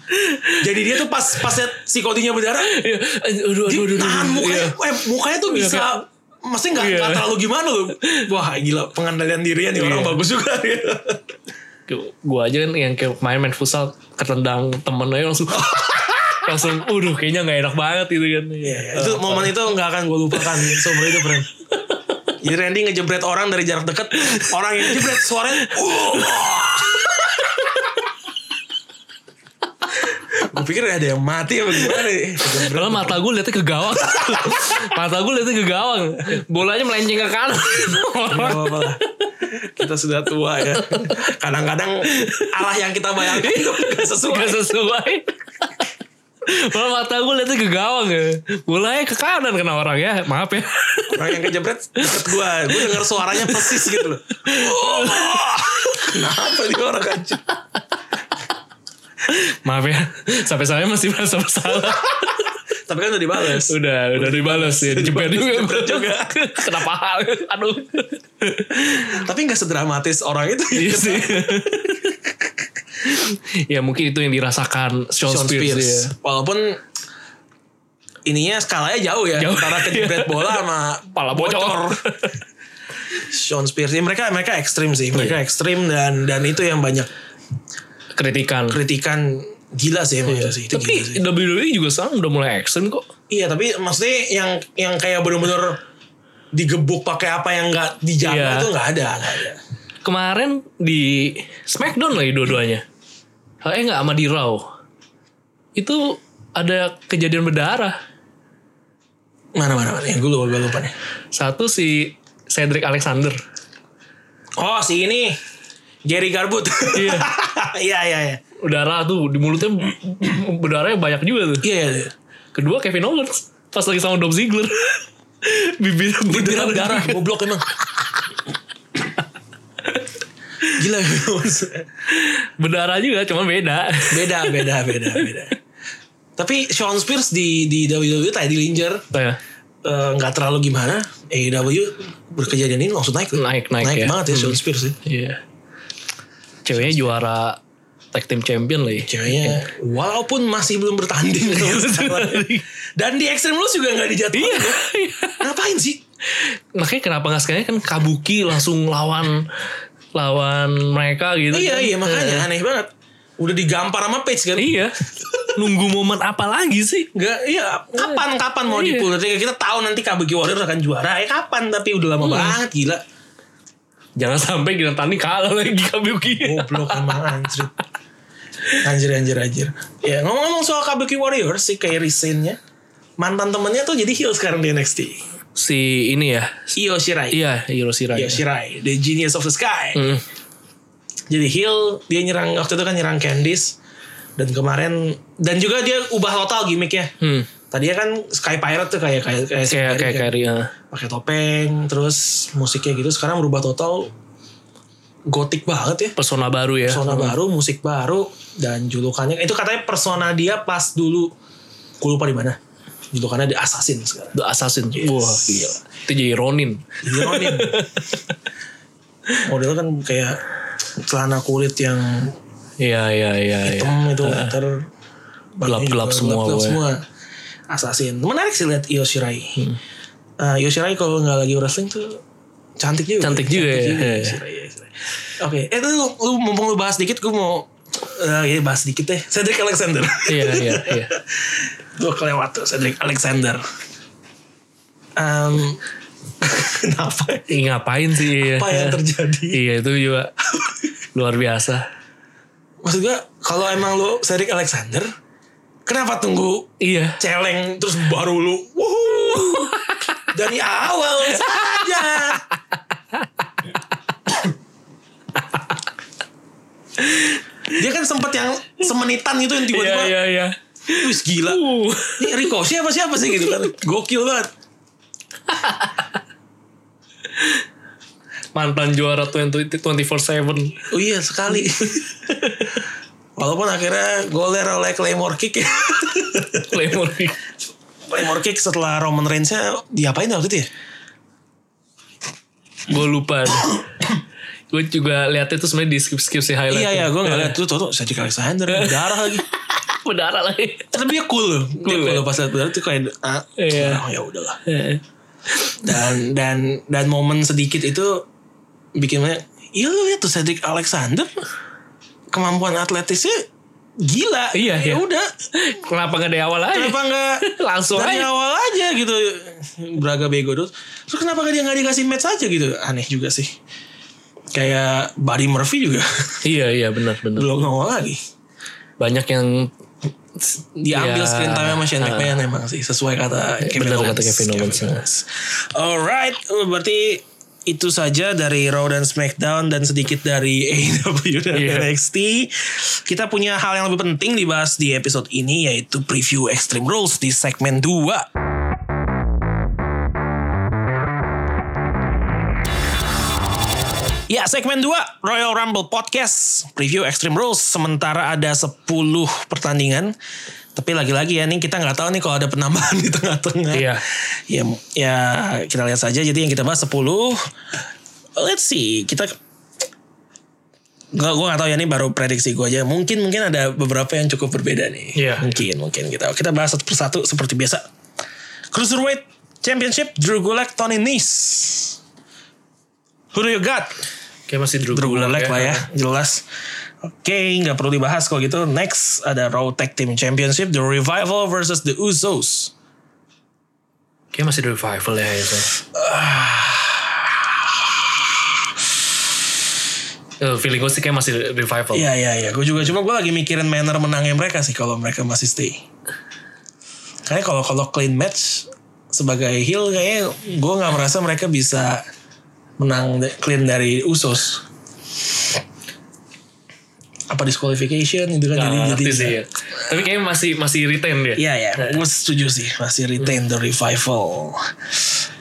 Speaker 1: jadi dia tuh pas pas liat si Cody-nya berdarah
Speaker 3: Iya. Aduh, aduh, aduh, aduh,
Speaker 1: tahan
Speaker 3: aduh.
Speaker 1: mukanya
Speaker 3: Iya.
Speaker 1: eh, mukanya tuh bisa Maksudnya nggak
Speaker 3: Iya.
Speaker 1: nggak terlalu gimana loh wah gila pengandalian dirinya nih orang
Speaker 3: Iya.
Speaker 1: bagus juga <laughs> gitu.
Speaker 3: gue aja kan yang kayak main main futsal ketendang temen aja
Speaker 1: <laughs>
Speaker 3: langsung langsung udah kayaknya nggak enak banget gitu kan
Speaker 1: Iya, iya. itu momen itu nggak akan gue lupakan <laughs> seumur hidup Ren jadi Randy ngejebret orang dari jarak dekat orang yang jebret suaranya gue pikir ada yang mati apa gimana <laughs> ya. Kejebret.
Speaker 3: Padahal mata gue liatnya ke
Speaker 1: <laughs>
Speaker 3: gawang Mata gue liatnya ke gawang Bolanya melenceng ke kanan
Speaker 1: Gak apa-apa lah. kita sudah tua ya. Kadang-kadang arah yang kita bayangkan itu
Speaker 3: Iya,
Speaker 1: nggak sesuai.
Speaker 3: Gak sesuai. Malah mata gue liatnya ke gawang ya. Mulai ke kanan kena orang ya. Maaf ya.
Speaker 1: Orang yang kejebret deket gue. Gue denger suaranya persis gitu loh. Oh, kenapa dia orang kacau?
Speaker 3: Maaf ya. Sampai saya masih merasa bersalah.
Speaker 1: Tapi kan udah dibales.
Speaker 3: Udah, udah dibalas ya. Dijepet juga.
Speaker 1: Dijepet juga.
Speaker 3: <laughs> Kenapa hal? Aduh.
Speaker 1: Tapi nggak sedramatis orang itu.
Speaker 3: <laughs> Iya sih. ya mungkin itu yang dirasakan Sean,
Speaker 1: Sean
Speaker 3: Spears,
Speaker 1: Spears.
Speaker 3: ya.
Speaker 1: Walaupun ininya skalanya jauh ya
Speaker 3: Jauh. Iya.
Speaker 1: antara
Speaker 3: <laughs>
Speaker 1: kejebret bola sama
Speaker 3: Pala bocor.
Speaker 1: Sean Spears ini mereka mereka ekstrim sih mereka
Speaker 3: Iya.
Speaker 1: ekstrim dan dan itu yang banyak
Speaker 3: Kritikan.
Speaker 1: kritikan gila sih emang itu sih itu gila sih.
Speaker 3: Iya. Tapi WWE juga sekarang udah mulai ekstrim kok.
Speaker 1: iya tapi maksudnya yang yang kayak bener-bener digebuk pakai apa yang nggak dijaga
Speaker 3: Iya.
Speaker 1: itu nggak ada nggak ada
Speaker 3: Kemarin di Smackdown lagi dua-duanya. Eh nggak sama di Raw. Itu ada kejadian berdarah.
Speaker 1: mana mana mana gue lupa gue lupa nih
Speaker 3: Satu si Cedric Alexander.
Speaker 1: oh si ini Jerry Garbut
Speaker 3: Iya.
Speaker 1: <laughs> iya iya iya
Speaker 3: Udara tuh di mulutnya berdarahnya banyak juga tuh.
Speaker 1: iya iya.
Speaker 3: Kedua Kevin Owens pas lagi sama Dolph Ziggler. <laughs> Bibir
Speaker 1: Bibirnya berdarah goblok emang gila
Speaker 3: Berdarah juga cuman <laughs> beda.
Speaker 1: beda beda beda beda tapi Sean Spears di di WWE tadi Linger
Speaker 3: Ya,
Speaker 1: eh, nggak terlalu gimana E AEW berkejadian ini langsung naik
Speaker 3: Naik, naik ya.
Speaker 1: banget ya Sean Spears sih
Speaker 3: Iya. Ceweknya juara tag team champion <laughs> lah ya.
Speaker 1: ceweknya walaupun masih belum bertanding sama
Speaker 3: <laughs>
Speaker 1: sekali. dan di Extreme Rules juga nggak dijatuhin
Speaker 3: Iya.
Speaker 1: ya. ngapain sih
Speaker 3: Makanya kenapa nggak sekalian kan Kabuki langsung lawan lawan mereka gitu.
Speaker 1: iya
Speaker 3: kan.
Speaker 1: iya makanya aneh banget udah digampar sama Page kan
Speaker 3: Iya. Nunggu momen apa lagi sih?
Speaker 1: Nggak, iya kapan kapan mau
Speaker 3: Iya.
Speaker 1: dipulih kita tahu nanti Kabuki Warriors akan juara ya kapan tapi udah
Speaker 3: Iya.
Speaker 1: lama banget gila
Speaker 3: Jangan sampai kita tanding kalah lagi Kabuki.
Speaker 1: Goblok emang anjir. Anjir anjir anjir. Ya ngomong-ngomong soal Kabuki Warrior si Kairi Sane-nya mantan temennya tuh jadi heel sekarang di NXT.
Speaker 3: Si ini ya.
Speaker 1: Io Shirai.
Speaker 3: Iya, Hiroshira.
Speaker 1: Io
Speaker 3: ya.
Speaker 1: Shirai, the genius of the sky.
Speaker 3: Hmm.
Speaker 1: Jadi heel dia nyerang waktu itu kan nyerang Candice dan kemarin dan juga dia ubah total gimmicknya.
Speaker 3: Hmm.
Speaker 1: Tadinya kan Sky Pirate tuh kayak kayak kayak, si
Speaker 3: Kayak
Speaker 1: Kairi
Speaker 3: Iya, kayak
Speaker 1: kan.
Speaker 3: kayak ya.
Speaker 1: pakai topeng terus musiknya gitu sekarang berubah total gotik banget ya.
Speaker 3: persona baru ya.
Speaker 1: persona baru, musik baru dan julukannya itu katanya persona dia pas dulu gue lupa di mana. Julukannya The Assassin sekarang.
Speaker 3: The Assassin.
Speaker 1: Yes.
Speaker 3: Wah, gila. Itu jadi Ronin. <laughs>
Speaker 1: Ironin. Modelnya kan kayak celana kulit yang
Speaker 3: Iya, iya, iya, iya.
Speaker 1: hitam itu ter
Speaker 3: Gelap-gelap semua,
Speaker 1: Gelap
Speaker 3: pokoknya.
Speaker 1: semua. Assassin. Menarik sih lihat Io Shirai.
Speaker 3: Hmm.
Speaker 1: Eh, Io Shirai kalau nggak lagi wrestling tuh cantik juga.
Speaker 3: Cantik juga ya.
Speaker 1: Io Shirai, Io Shirai. Oke, eh itu lu, lu mumpung lu bahas dikit, gue mau eh ya bahas dikit deh. Cedric Alexander. <laughs>
Speaker 3: Iya, iya, iya.
Speaker 1: Gue kelewat tuh Cedric Alexander. Em, <laughs> kenapa?
Speaker 3: Ih, ngapain sih?
Speaker 1: <laughs> Apa yang terjadi?
Speaker 3: Iya, itu juga luar biasa.
Speaker 1: Maksud gue kalau emang lu Cedric Alexander, kenapa tunggu
Speaker 3: Iya.
Speaker 1: celeng terus baru lu wuhuu dari awal saja. Dia kan sempet yang semenitan gitu yang
Speaker 3: Iya,
Speaker 1: tiba-tiba,
Speaker 3: iya, iya.
Speaker 1: wis gila.
Speaker 3: Uh.
Speaker 1: Ini Rico siapa siapa sih gitu kan. Gokil banget.
Speaker 3: Mantan juara 20 24/7.
Speaker 1: Oh iya sekali. Walaupun akhirnya goler oleh Claymore kick ya.
Speaker 3: Claymore.
Speaker 1: Claymore kick setelah Roman Reigns-nya diapain waktu itu ya?
Speaker 3: Gue lupa. Gue juga liatnya tuh sebenarnya di skip-skip si highlight.
Speaker 1: Iya iya gue gak liat tuh tuh tuh Cedric Alexander berdarah lagi.
Speaker 3: Berdarah lagi.
Speaker 1: Tapi dia cool loh. Dia
Speaker 3: Cool,
Speaker 1: cool
Speaker 3: ya?
Speaker 1: loh pas liat berdarah tuh kayak ah,
Speaker 3: Iya.
Speaker 1: oh, ya udahlah.
Speaker 3: Iya.
Speaker 1: Dan dan dan momen sedikit itu bikin banyak. Iya lu liat tuh Cedric Alexander kemampuan atletisnya gila.
Speaker 3: Iya,
Speaker 1: ya
Speaker 3: iya.
Speaker 1: udah.
Speaker 3: Kenapa nggak dari awal aja?
Speaker 1: Kenapa nggak
Speaker 3: <laughs> Langsung
Speaker 1: dari
Speaker 3: aja.
Speaker 1: awal aja gitu Braga bego terus terus kenapa dia nggak dikasih match aja gitu aneh juga sih kayak Buddy Murphy juga <laughs>
Speaker 3: Iya, iya, benar, benar.
Speaker 1: belum nongol lagi
Speaker 3: Banyak yang
Speaker 1: diambil
Speaker 3: Ya.
Speaker 1: screen time sama Shane McMahon emang sih sesuai Iya. kata Kevin
Speaker 3: Benar
Speaker 1: Owens ya.
Speaker 3: kata Kevin Owens.
Speaker 1: Alright berarti itu saja dari Raw dan SmackDown dan sedikit dari <laughs> AEW dan
Speaker 3: Iya.
Speaker 1: NXT. Kita punya hal yang lebih penting dibahas di episode ini yaitu preview Extreme Rules di segmen 2. Ya, segmen 2 Royal Rumble Podcast Preview Extreme Rules Sementara ada 10 pertandingan Tapi lagi-lagi ya nih Kita nggak tahu nih kalau ada penambahan di tengah-tengah
Speaker 3: Iya.
Speaker 1: ya, ya kita lihat saja Jadi yang kita bahas 10 Let's see Kita Gak, gue gak tau ya ini baru prediksi gue aja Mungkin mungkin ada beberapa yang cukup berbeda nih
Speaker 3: Iya.
Speaker 1: Mungkin mungkin kita Kita bahas satu persatu seperti biasa Cruiserweight Championship Drew Gulak Tony Nese Who do you got?
Speaker 3: Kayak masih kan. Drew,
Speaker 1: Drew
Speaker 3: Gulak
Speaker 1: Gulak lah ya, jelas. Oke, nggak perlu dibahas kalau gitu. Next ada Raw Tag Team Championship, The Revival versus The Usos.
Speaker 3: Kayak masih Drew Revival ya itu.
Speaker 1: Ah.
Speaker 3: Eh, feeling gue sih kayak masih revival.
Speaker 1: Iya iya iya, gue juga cuma gue lagi mikirin manner menangnya mereka sih kalau mereka masih stay. Karena kalau kalau clean match sebagai heel kayaknya gue nggak merasa mereka bisa menang de- clean dari Usos. Apa disqualification itu kan
Speaker 3: Nggak
Speaker 1: jadi
Speaker 3: ngerti
Speaker 1: jadi
Speaker 3: sih ya. Tapi kayaknya masih masih retain dia.
Speaker 1: Iya ya, gue setuju sih masih retain the revival.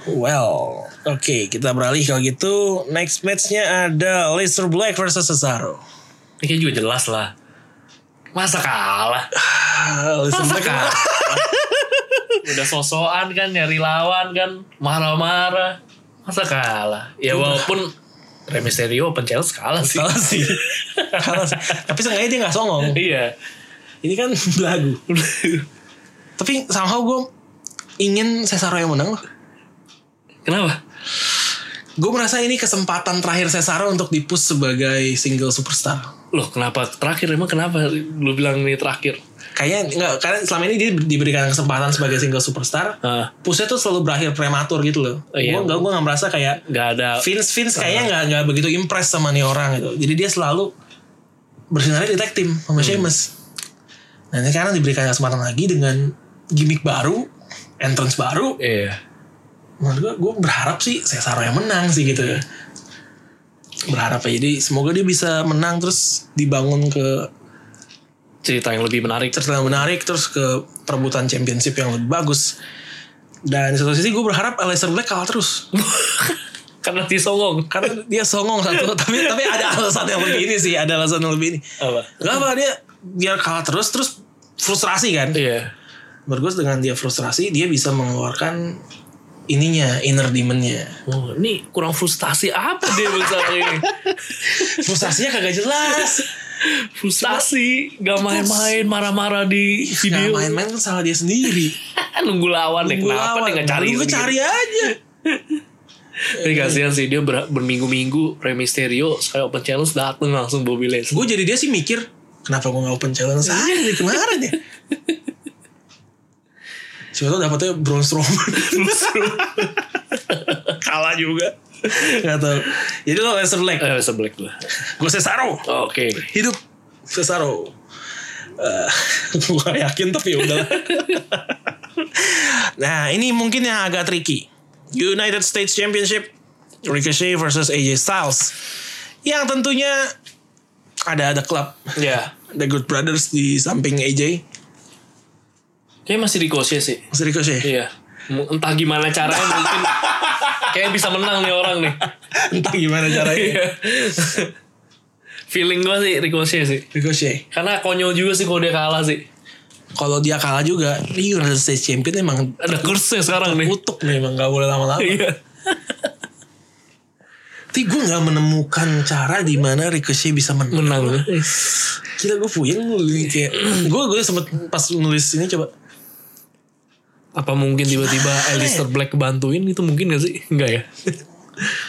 Speaker 1: Well, oke kita beralih kalau gitu. Next matchnya ada Leicester Black versus Cesaro.
Speaker 3: Ini kayak juga jelas lah. Masa kalah?
Speaker 1: Ah, Aleister
Speaker 3: Masa
Speaker 1: Black- <laughs>
Speaker 3: kalah? Udah sosokan kan nyari lawan kan marah-marah. Masa kalah? Ya walaupun Remisterio open challenge kalah sih.
Speaker 1: kalah sih, kalah sih. Tapi seenggaknya dia nggak songong.
Speaker 3: Iya.
Speaker 1: Ini kan <laughs> lagu. Tapi somehow gue ingin Cesaro yang menang. loh.
Speaker 3: Kenapa?
Speaker 1: Gue merasa ini kesempatan terakhir Cesaro untuk dipush sebagai single superstar.
Speaker 3: Loh kenapa terakhir emang kenapa lu bilang ini terakhir?
Speaker 1: Kayaknya nggak, karena selama ini dia diberikan kesempatan sebagai single superstar.
Speaker 3: Heeh.
Speaker 1: Pusnya tuh selalu berakhir prematur gitu loh.
Speaker 3: Oh, iya.
Speaker 1: Gue nggak gue nggak merasa kayak
Speaker 3: nggak ada
Speaker 1: Vince Vince kayaknya nggak nggak begitu impress sama nih orang gitu. Jadi dia selalu bersinar di tag team sama
Speaker 3: Hmm.
Speaker 1: Sheamus. Nah ini sekarang diberikan kesempatan lagi dengan gimmick baru, entrance baru.
Speaker 3: iya
Speaker 1: Menurut gue, gue berharap sih Cesaro yang menang sih gitu ya. Berharap ya. Jadi semoga dia bisa menang terus dibangun ke
Speaker 3: cerita yang lebih menarik
Speaker 1: cerita yang menarik terus ke perebutan championship yang lebih bagus. Dan di satu sisi gue berharap Aleister Black kalah terus.
Speaker 3: karena disongong
Speaker 1: karena dia songong satu <laughs> tapi tapi ada alasan yang lebih ini sih ada alasan yang lebih ini
Speaker 3: apa
Speaker 1: nggak apa dia biar kalah terus terus frustrasi kan
Speaker 3: iya
Speaker 1: Bergus dengan dia frustrasi dia bisa mengeluarkan ininya inner demonnya
Speaker 3: oh, ini kurang frustasi apa dia besar ini
Speaker 1: frustrasinya kagak jelas
Speaker 3: frustasi gak main-main marah-marah di
Speaker 1: nggak
Speaker 3: video
Speaker 1: main-main kan salah dia sendiri
Speaker 3: <laughs> nunggu lawan deh
Speaker 1: Nunggu
Speaker 3: kenapa
Speaker 1: lawan.
Speaker 3: dia gak cari
Speaker 1: Nunggu
Speaker 3: sendiri?
Speaker 1: cari aja
Speaker 3: Tapi kasihan sih dia ber- berminggu-minggu Rey Mysterio sekali open challenge dateng langsung Bobby Leslie
Speaker 1: gue jadi dia sih mikir kenapa gue nggak open challenge aja dari kemarin ya Siapa tau dapetnya <laughs> Braun Strowman Kalah juga Gak tau Jadi lo Lester Black
Speaker 3: eh sebelak gue
Speaker 1: Gue Cesaro
Speaker 3: oke
Speaker 1: Hidup Cesaro Eh, <laughs> Gue gak yakin tapi udah Nah ini mungkin yang agak tricky United States Championship Ricochet versus AJ Styles Yang tentunya Ada ada klub
Speaker 3: ya
Speaker 1: The Good Brothers di samping AJ
Speaker 3: kayaknya masih dikosnya sih
Speaker 1: Mas Ricochet
Speaker 3: iya M- entah gimana caranya <laughs> mungkin kayak bisa menang nih orang nih
Speaker 1: <laughs> Entah gimana caranya
Speaker 3: Iya. Feeling gue sih Ricochet sih.
Speaker 1: Ricochet
Speaker 3: Karena konyol juga sih kalau dia kalah sih.
Speaker 1: Kalau dia kalah juga Ini United States Champion emang
Speaker 3: Ada kursi sekarang nih.
Speaker 1: Kutuk nih emang gak boleh lama-lama
Speaker 3: Iya.
Speaker 1: Tapi gue gak menemukan cara di mana Ricochet bisa menang
Speaker 3: Menang. Iya.
Speaker 1: Gila gue puyeng lu ini kayak <clears throat> gue gue sempet pas nulis ini coba
Speaker 3: Apa mungkin tiba-tiba Alistair Black bantuin itu mungkin gak sih? Enggak ya.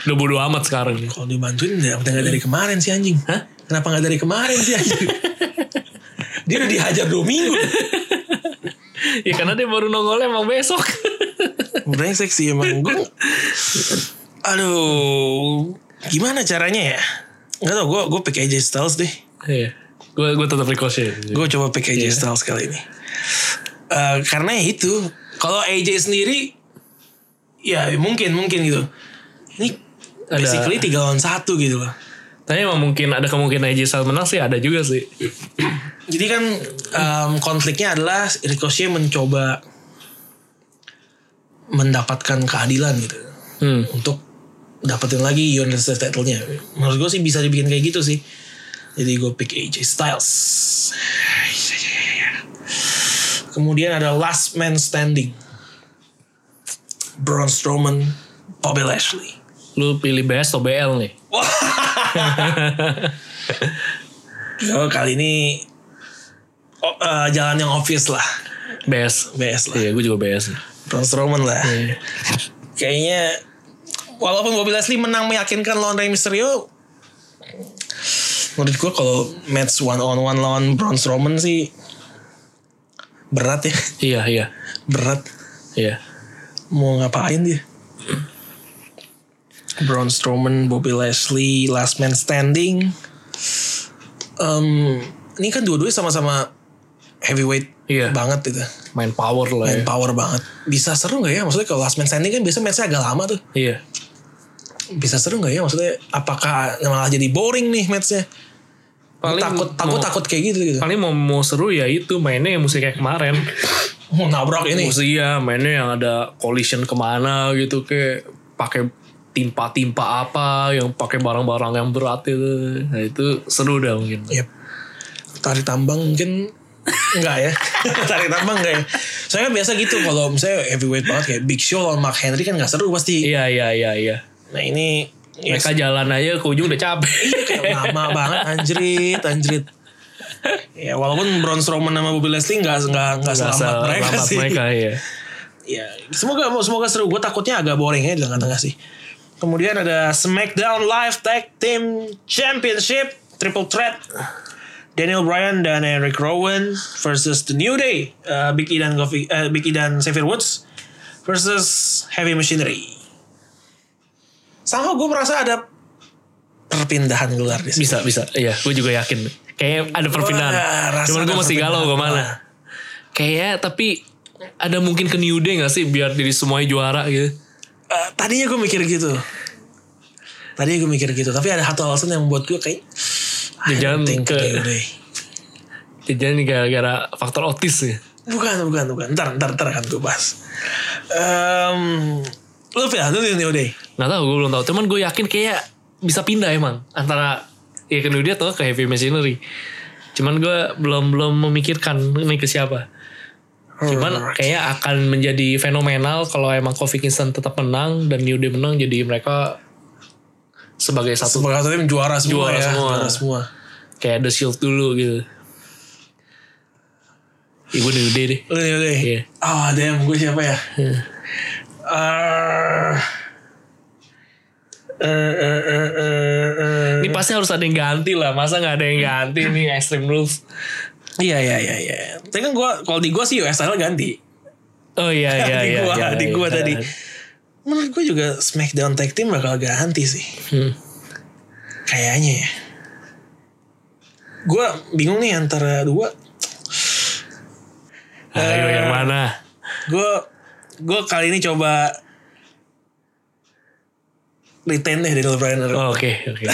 Speaker 3: Udah bodo amat sekarang nih.
Speaker 1: kalau dibantuin ya udah nggak dari kemarin sih anjing.
Speaker 3: Iya. Hah?
Speaker 1: Kenapa nggak dari kemarin sih
Speaker 3: <laughs>
Speaker 1: anjing? Dia udah dihajar dua minggu.
Speaker 3: Ya karena dia baru nongolnya emang besok.
Speaker 1: Brengsek sih emang gue.
Speaker 3: <laughs>
Speaker 1: Aduh, gimana caranya ya? Gak tau gue gue pick AJ Styles deh.
Speaker 3: Iya. Gue gue tetap Ricochet.
Speaker 1: Gue coba pick AJ Styles kali ini. Eh, karena ya itu kalau AJ sendiri ya mungkin mungkin gitu. Ini
Speaker 3: Ada-
Speaker 1: Basically tiga lawan satu gitu loh.
Speaker 3: Tapi emang mungkin ada kemungkinan AJ Styles menang sih ada juga sih.
Speaker 1: Jadi kan em, konfliknya adalah Ricochet mencoba mendapatkan keadilan gitu
Speaker 3: Hmm.
Speaker 1: untuk dapetin lagi United title-nya. Menurut gue sih bisa dibikin kayak gitu sih. Jadi gue pick AJ Styles. Kemudian ada Last Man Standing. Braun Strowman, Bobby Lashley.
Speaker 3: Lu pilih BS atau BL nih?
Speaker 1: Oh, kali ini oh, eh, jalan yang obvious lah.
Speaker 3: BS.
Speaker 1: BS lah.
Speaker 3: Iya, gue juga BS.
Speaker 1: Braun Strowman lah. Kayaknya walaupun Bobby Leslie menang meyakinkan lawan Rey Mysterio menurut gue kalau match one on one lawan Braun Strowman sih berat ya <laughs>
Speaker 3: Iya, iya.
Speaker 1: berat
Speaker 3: Iya.
Speaker 1: mau ngapain dia Braun Strowman Bobby Leslie Last Man Standing Em, ini kan dua-duanya sama-sama heavyweight
Speaker 3: Iya.
Speaker 1: banget gitu
Speaker 3: Main power lah
Speaker 1: main
Speaker 3: ya.
Speaker 1: power banget bisa seru nggak ya maksudnya kalau Last Man Standing kan biasa matchnya agak lama tuh
Speaker 3: Iya.
Speaker 1: bisa seru nggak ya maksudnya apakah malah jadi boring nih matchnya Gua takut takut
Speaker 3: mau-
Speaker 1: takut kayak gitu gitu
Speaker 3: Paling mau, mau seru ya itu mainnya yang musik kayak kemarin.
Speaker 1: mau nabrak ini
Speaker 3: Musik ya mainnya yang ada collision kemana gitu kayak pakai timpa-timpa apa yang pakai barang-barang yang berat itu. Nah itu seru dah mungkin.
Speaker 1: Yep. tarik tambang mungkin enggak
Speaker 3: <laughs>
Speaker 1: ya tarik tambang enggak ya saya kan biasa gitu kalau misalnya heavyweight banget kayak Big Show lawan Mark Henry kan nggak seru pasti
Speaker 3: Iya, iya, iya, iya.
Speaker 1: nah ini ya,
Speaker 3: Mereka jalan aja ke ujung udah
Speaker 1: <laughs>
Speaker 3: capek. <laughs>
Speaker 1: kayak lama banget anjrit anjrit ya walaupun Braun Strowman sama Bobby Leslie nggak nggak nggak selamat mereka
Speaker 3: Selamat
Speaker 1: sih
Speaker 3: mereka ya.
Speaker 1: ya semoga semoga seru gue takutnya agak boring ya di tengah-tengah sih kemudian ada Smackdown Live Tag Team Championship Triple Threat Daniel Bryan dan Eric Rowan versus The New Day Uh, Big E dan Govi, eh, Big E dan Xavier Woods versus Heavy Machinery sama gue merasa ada perpindahan gelar di sini.
Speaker 3: Bisa, bisa. Iya, gue juga yakin. Kayaknya ada perpindahan.
Speaker 1: Wah, rasa
Speaker 3: Cuman gue
Speaker 1: ada
Speaker 3: masih
Speaker 1: perpindahan.
Speaker 3: galau ke mana. Kayaknya tapi ada mungkin ke New Day gak sih biar jadi semuanya juara gitu.
Speaker 1: Eh, tadinya gue mikir gitu tadinya gue mikir gitu tapi ada satu alasan yang membuat gue kayak "Ah, I
Speaker 3: Jangan
Speaker 1: don't think
Speaker 3: ke-
Speaker 1: they will.
Speaker 3: Jadi gara-gara faktor otis ya.
Speaker 1: bukan bukan bukan ntar ntar ntar kan gue bahas Em, lu ya lu New Day
Speaker 3: Gak tau, gue belum tahu. Cuman gue yakin kayak bisa pindah emang antara ya ke New Day atau ke Heavy Machinery. Cuman gue belum belum memikirkan ini ke siapa. Cuman
Speaker 1: Alright.
Speaker 3: kayak akan menjadi fenomenal kalau emang Kofi Kingston tetap menang dan New Day menang jadi mereka sebagai satu
Speaker 1: sebagai satu tim juara semua
Speaker 3: Juara
Speaker 1: ya
Speaker 3: semua.
Speaker 1: juara semua
Speaker 3: kayak The Shield dulu gitu. Ibu New Day deh.
Speaker 1: lu New Day
Speaker 3: Iya.
Speaker 1: ah damn gue siapa ya Eh, eh, eh, eh, eh, eh.
Speaker 3: Ini pasti harus ada yang ganti lah. Masa nggak ada yang ganti nih Extreme Rules?
Speaker 1: Iya iya iya iya. Tapi kan gue kalau di gue sih USL ganti.
Speaker 3: Oh
Speaker 1: <laughs>
Speaker 3: iya iya
Speaker 1: di
Speaker 3: iya.
Speaker 1: gua,
Speaker 3: iya,
Speaker 1: di gua
Speaker 3: iya.
Speaker 1: tadi. Menurut gue juga Smackdown Tag Team bakal ganti sih.
Speaker 3: Hmm.
Speaker 1: Kayaknya ya. Gue bingung nih antara dua.
Speaker 3: Ayo
Speaker 1: Eh.
Speaker 3: yang Ah, iya, mana?
Speaker 1: Gue gue kali ini coba retain deh Daniel Bryan.
Speaker 3: Oh, Oke oke.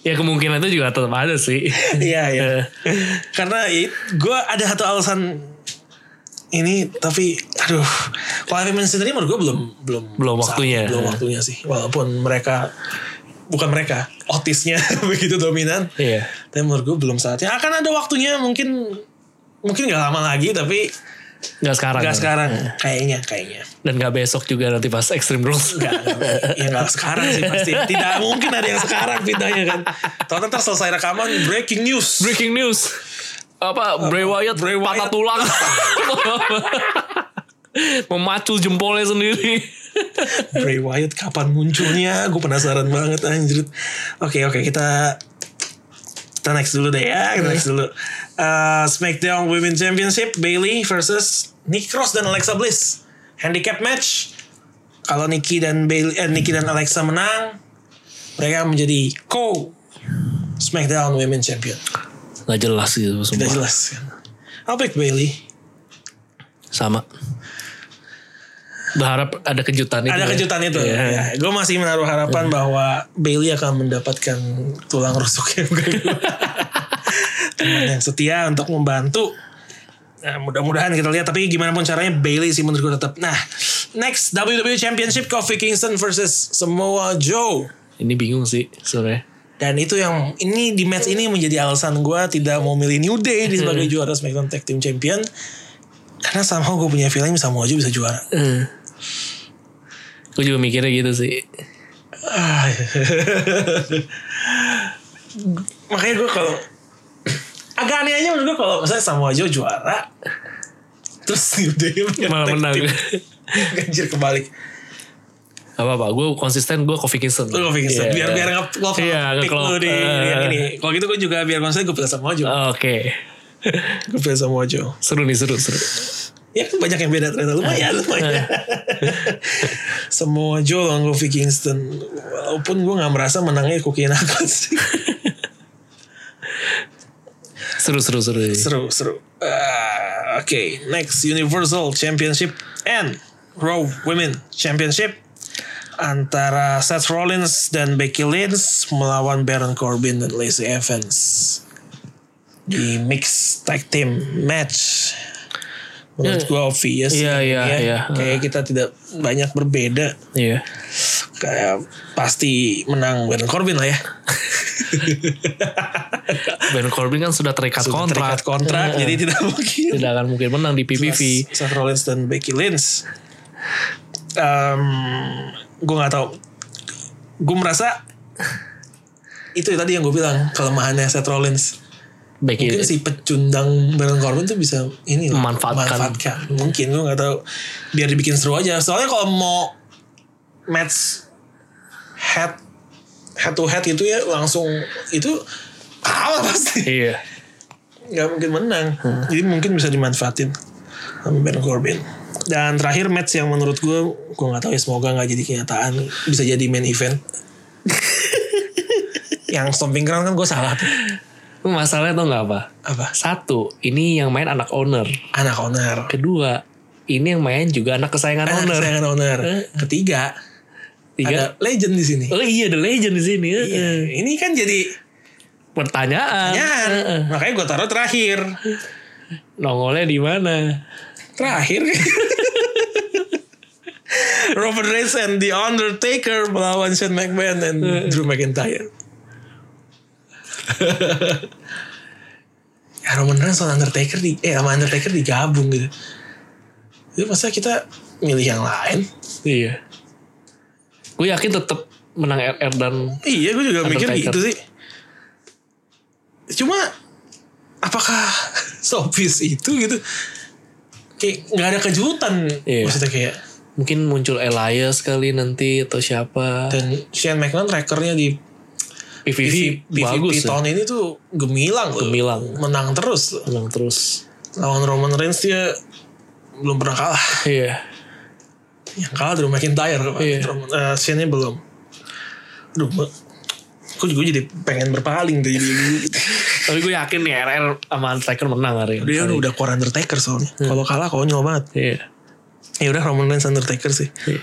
Speaker 3: ya kemungkinan itu juga tetap ada sih.
Speaker 1: Iya iya.
Speaker 3: Eh.
Speaker 1: Karena gue ada satu alasan ini tapi aduh kalau Iron Man sendiri menurut gue belum belum
Speaker 3: Belum waktunya.
Speaker 1: belum waktunya sih walaupun mereka bukan mereka otisnya <laughs> begitu dominan
Speaker 3: Iya.
Speaker 1: tapi menurut gue belum saatnya akan ada waktunya mungkin mungkin gak lama lagi tapi
Speaker 3: Gak sekarang.
Speaker 1: gak
Speaker 3: kan?
Speaker 1: sekarang kayaknya kayaknya
Speaker 3: Dan gak besok juga nanti pas Extreme Rules.
Speaker 1: Gak, ya gak sekarang sih
Speaker 3: <laughs>
Speaker 1: pasti tidak mungkin ada yang sekarang pindahnya kan tahun ntar selesai rekaman breaking news
Speaker 3: Breaking news. Apa Bray Wyatt patah
Speaker 1: <laughs>
Speaker 3: tulang. Memacu jempolnya sendiri.
Speaker 1: Bray Wyatt kapan munculnya? Gue penasaran banget anjir. Oke oke kita kita next dulu deh ya, kita next dulu. Eh, Smackdown Women Championship Bailey versus Nikki Cross dan Alexa Bliss handicap match. Kalau Nikki dan Bailey, eh, Nikki dan Alexa menang, mereka menjadi co Smackdown Women Champion.
Speaker 3: Gak jelas gitu
Speaker 1: Udah
Speaker 3: sumpah.
Speaker 1: jelas. I'll pick Bailey.
Speaker 3: Sama. berharap ada kejutan itu.
Speaker 1: Ada
Speaker 3: ya.
Speaker 1: kejutan itu.
Speaker 3: Iya.
Speaker 1: gue masih menaruh harapan bahwa Bailey akan mendapatkan tulang rusuknya yang kedua. Teman yang setia untuk membantu. Nah, mudah-mudahan kita lihat tapi gimana pun caranya Bailey sih menurut gue tetap. Nah, next WWE Championship Kofi Kingston versus Samoa Joe.
Speaker 3: Ini bingung sih sebenarnya.
Speaker 1: Dan itu yang ini di match ini menjadi alasan gue tidak mau milih New Day di sebagai juara SmackDown Tag Team Champion karena somehow gue punya feeling Samoa Joe bisa juara.
Speaker 3: Gue juga mikirnya gitu sih.
Speaker 1: Ah. Makanya gue kalau agak aneh aja menurut gue kalau misalnya Samoa Joe juara terus <laughs> New Day
Speaker 3: Malah menang.
Speaker 1: Ganjir kebalik.
Speaker 3: Gak apa-apa, gue konsisten, gue Kofi Kingston.
Speaker 1: Lu gue pikir
Speaker 3: Iya.
Speaker 1: biar biar nggak nggak
Speaker 3: Iya, nggak
Speaker 1: pick lu
Speaker 3: klop.
Speaker 1: di
Speaker 3: Eh.
Speaker 1: yang ini. Kalau gitu gue juga biar maksudnya gue pilih Samoa Joe.
Speaker 3: Oke.
Speaker 1: Gue pilih Samoa Joe.
Speaker 3: Seru nih, seru, seru.
Speaker 1: Ya kan banyak yang beda ternyata lumayan <laughs> lumayan. Semua Joe lawan Kofi Kingston. Walaupun gue nggak merasa menangnya Cookie Knuckles.
Speaker 3: Seru, seru, seru.
Speaker 1: seru seru. Ah, Oke next Universal Championship and Raw Women Championship antara Seth Rollins dan Becky Lynch melawan Baron Corbin dan Lacey Evans di mixed tag team match. Menurut gue obvious.
Speaker 3: Iya, iya,
Speaker 1: ya.
Speaker 3: iya.
Speaker 1: Kayak kita tidak banyak berbeda.
Speaker 3: Iya.
Speaker 1: Kayak pasti menang Baron Corbin lah ya.
Speaker 3: Ben Corbin kan sudah terikat kontrak. Iya.
Speaker 1: Terikat kontrak, iya. jadi tidak mungkin.
Speaker 3: Tidak akan <laughs> mungkin menang di PPV.
Speaker 1: Seth- Seth Rollins dan Becky Lynch. gue nggak tahu. Gue merasa itu tadi yang gue bilang kelemahannya Seth Rollins.
Speaker 3: Baik
Speaker 1: Mungkin
Speaker 3: ini.
Speaker 1: si pecundang Baron Corbin tuh bisa ini loh,
Speaker 3: Iya. Memanfaatkan.
Speaker 1: memanfaatkan. Mungkin gue nggak tahu. Biar dibikin seru aja. Soalnya kalau mau match head head to head gitu ya langsung itu kalah pasti
Speaker 3: Iya.
Speaker 1: nggak mungkin menang. Jadi mungkin bisa dimanfaatin sama Baron Corbin. Dan terakhir match yang menurut gue, gue nggak tahu ya semoga nggak jadi kenyataan, bisa jadi main event. <laughs> yang stomping ground kan gue salah tuh.
Speaker 3: Masalahnya tau gak apa?
Speaker 1: apa
Speaker 3: Satu, ini yang main anak owner.
Speaker 1: anak owner,
Speaker 3: Kedua, ini yang main juga anak kesayangan
Speaker 1: anak
Speaker 3: owner.
Speaker 1: kesayangan owner.
Speaker 3: Eh.
Speaker 1: Ketiga, ada
Speaker 3: Tiga.
Speaker 1: legend di sini.
Speaker 3: Oh iya, The Legend di sini.
Speaker 1: Iya. Ini kan jadi
Speaker 3: Pertanyaan.
Speaker 1: pertanyaan.
Speaker 3: Eh, eh.
Speaker 1: makanya gue taruh terakhir.
Speaker 3: Nongolnya di mana?
Speaker 1: Terakhir. <laughs> Robert Reigns and The Undertaker melawan Shane McMahon and Drew McIntyre. ya Roman Reigns sama Undertaker di eh sama Undertaker digabung gitu. Jadi masa kita milih yang lain?
Speaker 3: Iya. Gue yakin tetap menang Er- RR dan
Speaker 1: Iya, gue juga mikir
Speaker 3: Undertaker.
Speaker 1: gitu sih. Cuma apakah <laughs> sopis itu gitu? Kayak nggak ada kejutan
Speaker 3: Iya.
Speaker 1: maksudnya kayak
Speaker 3: mungkin muncul Elias kali nanti atau siapa.
Speaker 1: dan Shane McMahon rekornya di
Speaker 3: PVV,
Speaker 1: PVP
Speaker 3: bagus ya.
Speaker 1: tahun ini tuh gemilang loh.
Speaker 3: Gemilang.
Speaker 1: Menang terus loh.
Speaker 3: Menang terus.
Speaker 1: Lawan Roman Reigns dia belum pernah kalah.
Speaker 3: Iya.
Speaker 1: Yang kalah Drew McIntyre.
Speaker 3: Iya.
Speaker 1: Roman, eh, Shane-nya belum. Aduh, gue- gue juga jadi pengen berpaling dari
Speaker 3: Tapi gue yakin nih RR sama Undertaker menang hari ini.
Speaker 1: Dia udah core Undertaker soalnya. Kalau kalah konyol banget.
Speaker 3: Iya.
Speaker 1: Ya udah Roman Reigns Undertaker sih.
Speaker 3: Iya.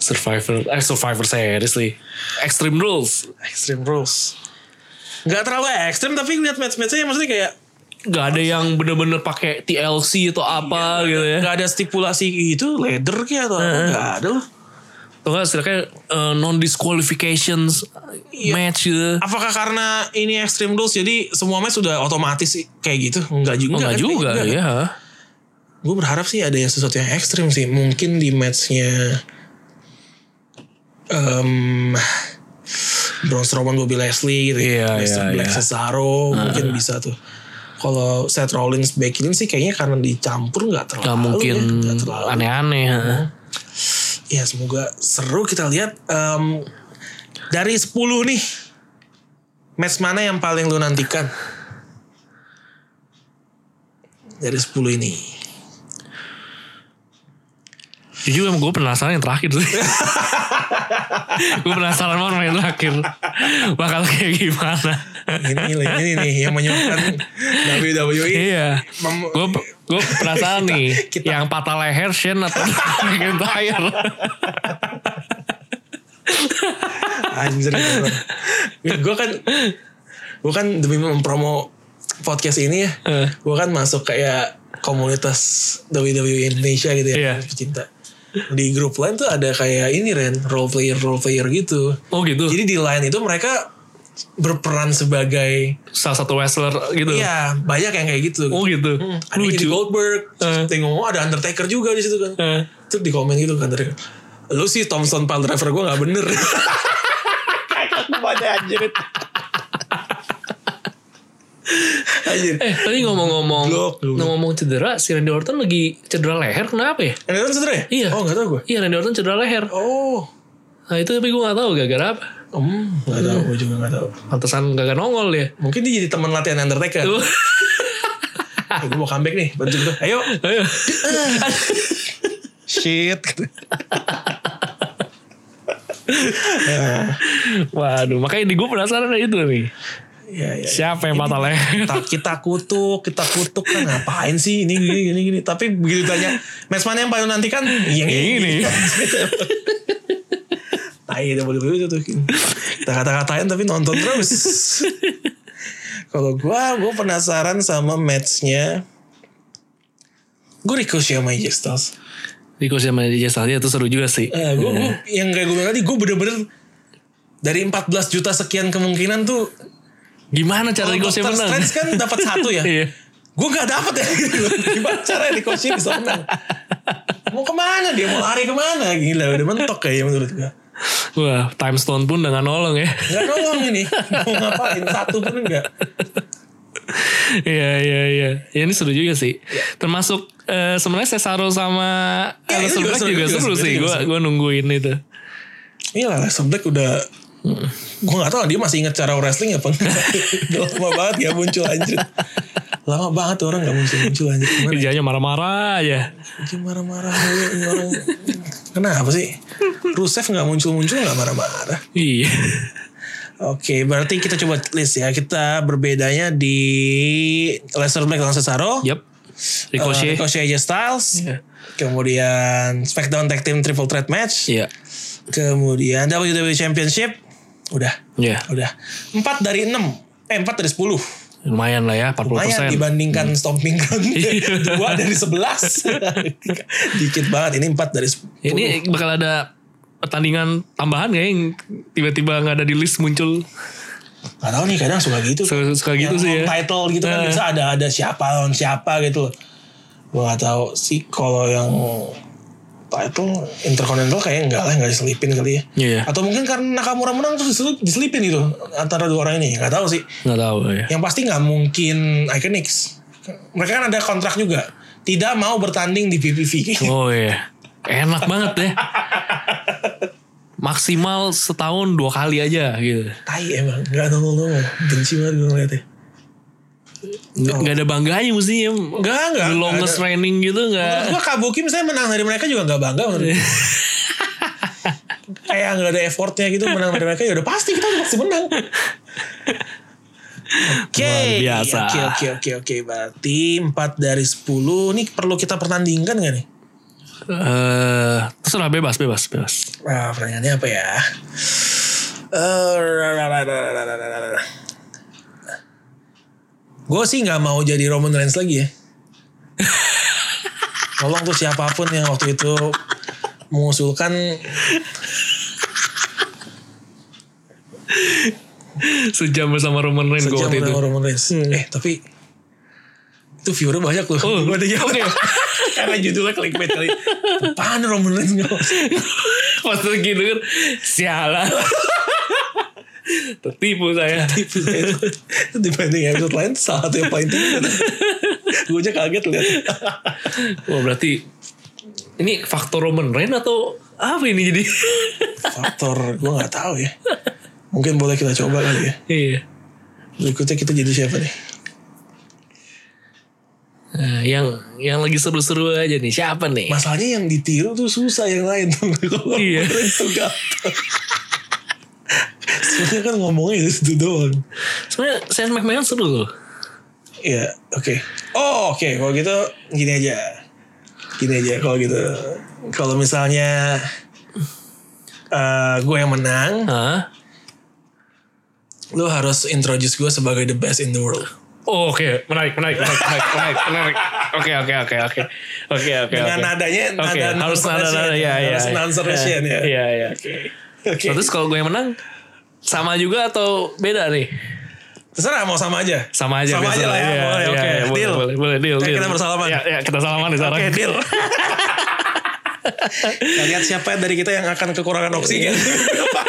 Speaker 3: Survivor, eh Survivor Series nih. Extreme Rules.
Speaker 1: Extreme Rules. Gak terlalu ekstrim tapi <laughs> lihat match-matchnya maksudnya kayak
Speaker 3: Gak ada yang bener-bener pakai TLC atau
Speaker 1: Iya,
Speaker 3: apa gitu ya.
Speaker 1: nggak ada stipulasi itu ladder kayak atau apa nggak ada loh.
Speaker 3: Tuh kan setidaknya eh, non disqualifications
Speaker 1: Iya.
Speaker 3: match gitu.
Speaker 1: Apakah karena ini Extreme Rules jadi semua match sudah otomatis kayak gitu? Enggak kan? juga.
Speaker 3: Enggak juga ya.
Speaker 1: Gue berharap sih ada yang sesuatu yang ekstrim sih. Mungkin di matchnya em Braun Strowman Bobby Leslie gitu
Speaker 3: Iya,
Speaker 1: ya. Aleister
Speaker 3: iya,
Speaker 1: Black
Speaker 3: iya.
Speaker 1: Cesaro mungkin bisa tuh. Kalau Seth Rollins Becky Lynch sih kayaknya karena dicampur nggak terlalu.
Speaker 3: Gak mungkin
Speaker 1: ya. Nggak terlalu.
Speaker 3: aneh-aneh. ha.
Speaker 1: Ya semoga seru kita lihat. Em, dari 10 nih. Match mana yang paling lu nantikan? Dari 10 ini.
Speaker 3: Jujur emang gue Iya, penasaran yang terakhir
Speaker 1: <laughs>
Speaker 3: sih. gue penasaran banget sama yang terakhir. Bakal kayak gimana.
Speaker 1: ini lah, ini nih yang menyebabkan E WWE
Speaker 3: iya.
Speaker 1: <laughs> Mem-
Speaker 3: Gue gue penasaran nih.
Speaker 1: kita-
Speaker 3: Yang patah leher Shane atau <laughs> McIntyre.
Speaker 1: anjir gitu. gue kan gue kan demi mempromo podcast ini ya
Speaker 3: Eh.
Speaker 1: gue kan masuk kayak komunitas WWE Indonesia gitu ya
Speaker 3: Iya.
Speaker 1: pecinta di grup lain tuh ada kayak ini Ren role player role player gitu
Speaker 3: oh gitu.
Speaker 1: jadi di lain itu mereka berperan sebagai
Speaker 3: Salah satu wrestler gitu.
Speaker 1: iya banyak yang kayak gitu
Speaker 3: Oh gitu.
Speaker 1: Hmm, ada Eddie
Speaker 3: Lucu.
Speaker 1: Goldberg,
Speaker 3: Eh.
Speaker 1: terus tengok oh, ada Undertaker juga di situ kan.
Speaker 3: Eh.
Speaker 1: Terus di komen gitu kan Undertaker. Lu sih Thompson Pile Driver gue gak
Speaker 3: <laughs>
Speaker 1: bener. Anjir.
Speaker 3: Eh tadi ngomong-ngomong
Speaker 1: Blok, blok.
Speaker 3: ngomong cedera, si Randy Orton lagi cedera leher kenapa ya?
Speaker 1: Yang datang cedera ya?
Speaker 3: Iya.
Speaker 1: Oh gak tau gue.
Speaker 3: Iya Randy Orton cedera leher.
Speaker 1: Oh.
Speaker 3: Nah itu tapi gue gak tahu gara-gara apa.
Speaker 1: Hmm, gak tau, gue juga gak tau.
Speaker 3: Pantesan kagak nongol ya.
Speaker 1: Mungkin dia jadi teman latihan Undertaker.
Speaker 3: Tuh.
Speaker 1: Eh, gue mau comeback nih, bantu gue. Ayo.
Speaker 3: Ayo.
Speaker 1: Shit.
Speaker 3: Waduh, makanya di gue penasaran itu nih.
Speaker 1: ya, ya.
Speaker 3: Siapa yang patah leher? <laughs>
Speaker 1: kita, kita kutuk, kita kutuk kan ngapain sih ini gini gini gini. Tapi begitu tanya match mana yang paling nanti kan yang
Speaker 3: Ini.
Speaker 1: Tai WWE iya." Nah, itu tuh. Kita kata-katain tapi nonton terus. Kalau gua, gua penasaran sama matchnya. Gue Ricochet sama AJ Styles.
Speaker 3: Di kursi sama DJ Styles itu seru juga sih.
Speaker 1: Eh, gua, gua-
Speaker 3: Hmm.
Speaker 1: yang kayak gue bilang tadi, gue bener-bener dari 14 juta sekian kemungkinan tuh
Speaker 3: Gimana
Speaker 1: kalau
Speaker 3: cara di kursi
Speaker 1: Dr.
Speaker 3: menang?
Speaker 1: Strange kan dapat satu ya.
Speaker 3: <laughs> Iya.
Speaker 1: gue gak dapet ya gitu loh. gimana cara di coaching bisa menang mau kemana dia mau lari kemana gila udah mentok kayaknya menurut gue
Speaker 3: Wah, time stone pun dengan nolong ya.
Speaker 1: nggak nolong ini mau ngapain satu pun enggak
Speaker 3: Iya, iya, iya. Ya ini seru juga sih. Termasuk eh, sebenarnya Cesaro sama
Speaker 1: Iya, itu
Speaker 3: Aleister
Speaker 1: juga
Speaker 3: Black
Speaker 1: seru, itu
Speaker 3: juga
Speaker 1: juga
Speaker 3: seru
Speaker 1: seru,
Speaker 3: sih.
Speaker 1: itu juga
Speaker 3: Gue gue nungguin itu.
Speaker 1: iya lah Lester Black udah gue gak tau dia masih inget cara wrestling apa enggak udah lama banget gak muncul anjir lama banget tuh orang gak muncul-muncul anjir gimana
Speaker 3: Kerjanya marah-marah aja.
Speaker 1: Dia marah-marah mulu, ini orang kenapa sih Rusev gak muncul-muncul gak marah-marah
Speaker 3: Iya. <laughs>
Speaker 1: Oke, berarti kita coba list ya. Kita berbedanya di Lesnar Black lawan Cesaro,
Speaker 3: Yep.
Speaker 1: eh,
Speaker 3: Ricochet.
Speaker 1: Ricochet AJ Styles,
Speaker 3: Iya.
Speaker 1: kemudian SmackDown Tag Team Triple Threat Match,
Speaker 3: Iya.
Speaker 1: kemudian WWE Championship, udah,
Speaker 3: Iya.
Speaker 1: udah. Empat dari enam, eh empat dari sepuluh.
Speaker 3: Lumayan lah ya, 40%.
Speaker 1: Lumayan
Speaker 3: Hmm.
Speaker 1: dibandingkan Stomping Ground
Speaker 3: Iya.
Speaker 1: <laughs> dua dari
Speaker 3: <laughs>
Speaker 1: sebelas, dikit banget. Ini empat dari sepuluh.
Speaker 3: Ini bakal ada pertandingan tambahan gak yang tiba-tiba nggak ada di list muncul
Speaker 1: Gak tau nih kadang suka gitu.
Speaker 3: Suka- suka gitu
Speaker 1: Yang
Speaker 3: sih ya.
Speaker 1: Title gitu kan
Speaker 3: Eh.
Speaker 1: bisa ada ada siapa lawan siapa gitu. loh. Gua gak tahu sih kalau yang title Intercontinental kayaknya enggak lah enggak diselipin kali ya.
Speaker 3: Iya.
Speaker 1: Atau mungkin karena Nakamura menang terus disel- diselipin gitu antara dua orang ini. Gak tahu sih.
Speaker 3: nggak tahu ya
Speaker 1: Yang pasti nggak mungkin Iconics. Mereka kan ada kontrak juga. Tidak mau bertanding di PPV.
Speaker 3: oh iya enak banget ya maksimal setahun dua kali aja gitu
Speaker 1: Tai emang. Gak nongol-nongol. Benci banget ya. gue ngeliatnya.
Speaker 3: nggak
Speaker 1: Oh.
Speaker 3: nggak ada bangganya mestinya
Speaker 1: Enggak, enggak.
Speaker 3: the longest training gitu
Speaker 1: Menurut
Speaker 3: nggak
Speaker 1: gue Kabuki misalnya menang dari mereka juga nggak bangga menurut gua. Kayak nggak ada effortnya gitu menang dari mereka ya udah pasti kita pasti menang. Oke,
Speaker 3: Luar biasa.
Speaker 1: oke, oke, oke, oke. Berarti 4 dari 10 nih perlu kita pertandingkan gak nih?
Speaker 3: eh terserah bebas bebas bebas
Speaker 1: Wah, pertanyaannya apa ya? Eh, Gue sih nggak mau jadi Roman Reigns
Speaker 3: <laughs>
Speaker 1: lagi ya. Tolong tuh siapapun yang waktu itu mengusulkan
Speaker 3: sejam bersama Roman Reigns gue
Speaker 1: sejam
Speaker 3: waktu itu Hmm.
Speaker 1: dengan Roman Reigns. Eh tapi itu viewernya banyak loh.
Speaker 3: Oh,
Speaker 1: Gua ada yang-
Speaker 3: oke. <laughs>
Speaker 1: Karena judulnya clickbait kali. Apaan Roman Reigns?
Speaker 3: pas lagi denger gitu kan. sialan <laughs> tertipu saya
Speaker 1: Tipis
Speaker 3: <laughs>
Speaker 1: aja. Itu Dibanding episode lain salah satu yang paling tinggi. Gue aja kaget lihat.
Speaker 3: wah berarti ini faktor Roman Reigns atau apa ini jadi <laughs>
Speaker 1: faktor gue nggak tahu ya mungkin boleh kita coba kali ya
Speaker 3: iya
Speaker 1: berikutnya kita jadi siapa nih
Speaker 3: Eh, yang yang lagi seru-seru aja nih siapa nih?
Speaker 1: Masalahnya yang ditiru tuh susah yang lain <laughs> tuh. Kalau
Speaker 3: Iya.
Speaker 1: Lorenz tuh gampang. Sebenarnya kan ngomongnya itu situ doang.
Speaker 3: Sebenarnya Saint McMahon seru loh.
Speaker 1: Iya, oke. Oh, oke. Kalau gitu gini aja. Gini aja kalau gitu. Kalau misalnya eh gue yang menang,
Speaker 3: Hah?
Speaker 1: lu harus introduce gue sebagai the best in the world.
Speaker 3: Oh, oke, menarik, menarik, menarik, menarik, menarik, menarik. Oke, oke, oke, oke. Oke, oke,
Speaker 1: Dengan
Speaker 3: Ya, oke.
Speaker 1: nadanya
Speaker 3: Oke,
Speaker 1: nada
Speaker 3: harus nada nada ya, ya.
Speaker 1: Harus
Speaker 3: ya.
Speaker 1: non-solution ya.
Speaker 3: Iya, iya. Nah,
Speaker 1: Oke.
Speaker 3: Terus kalau gue yang menang sama juga atau beda nih?
Speaker 1: Terserah mau sama aja.
Speaker 3: Sama aja
Speaker 1: Sama aja
Speaker 3: biasanya.
Speaker 1: lah ya.
Speaker 3: Iya,
Speaker 1: Boleh,
Speaker 3: iya,
Speaker 1: oke.
Speaker 3: iya, boleh,
Speaker 1: Deal.
Speaker 3: Boleh, boleh, deal.
Speaker 1: Ya,
Speaker 3: deal.
Speaker 1: kita bersalaman.
Speaker 3: Iya, iya, kita salaman nih sekarang.
Speaker 1: Oke,
Speaker 3: <laughs>
Speaker 1: deal. Kita lihat siapa dari kita yang akan kekurangan oksigen.
Speaker 3: Iya.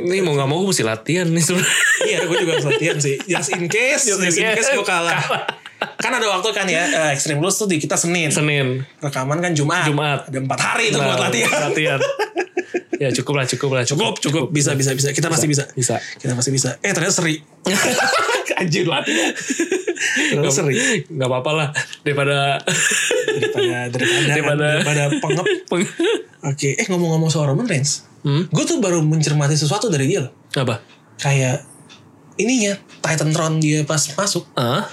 Speaker 3: Ini mau gak mau gue mesti latihan nih sebenarnya.
Speaker 1: <laughs> iya, gue juga harus latihan sih. Just in case, just in case gue kalah. Kan ada waktu kan ya, eh, Extreme Rules tuh di kita Senin.
Speaker 3: Senin.
Speaker 1: Rekaman kan Jumat.
Speaker 3: Jumat.
Speaker 1: Ada 4 hari itu buat
Speaker 3: Nah,
Speaker 1: latihan.
Speaker 3: Latihan. Ya cukup lah, cukup lah.
Speaker 1: Cukup, cukup. <laughs> Bisa, bisa, bisa. Kita pasti bisa.
Speaker 3: Bisa.
Speaker 1: Kita pasti bisa. Eh, ternyata seri.
Speaker 3: Anjir latihan.
Speaker 1: Ternyata seri.
Speaker 3: Gak apa-apa lah. Daripada...
Speaker 1: Daripada, daripada, daripada,
Speaker 3: Daripada-
Speaker 1: pengep.
Speaker 3: Peng-
Speaker 1: Oke, eh ngomong-ngomong soal Roman Reigns.
Speaker 3: Hmm?
Speaker 1: Gue tuh baru mencermati sesuatu dari dia loh.
Speaker 3: Apa?
Speaker 1: Kayak ininya Titan Tron dia pas masuk
Speaker 3: Hah?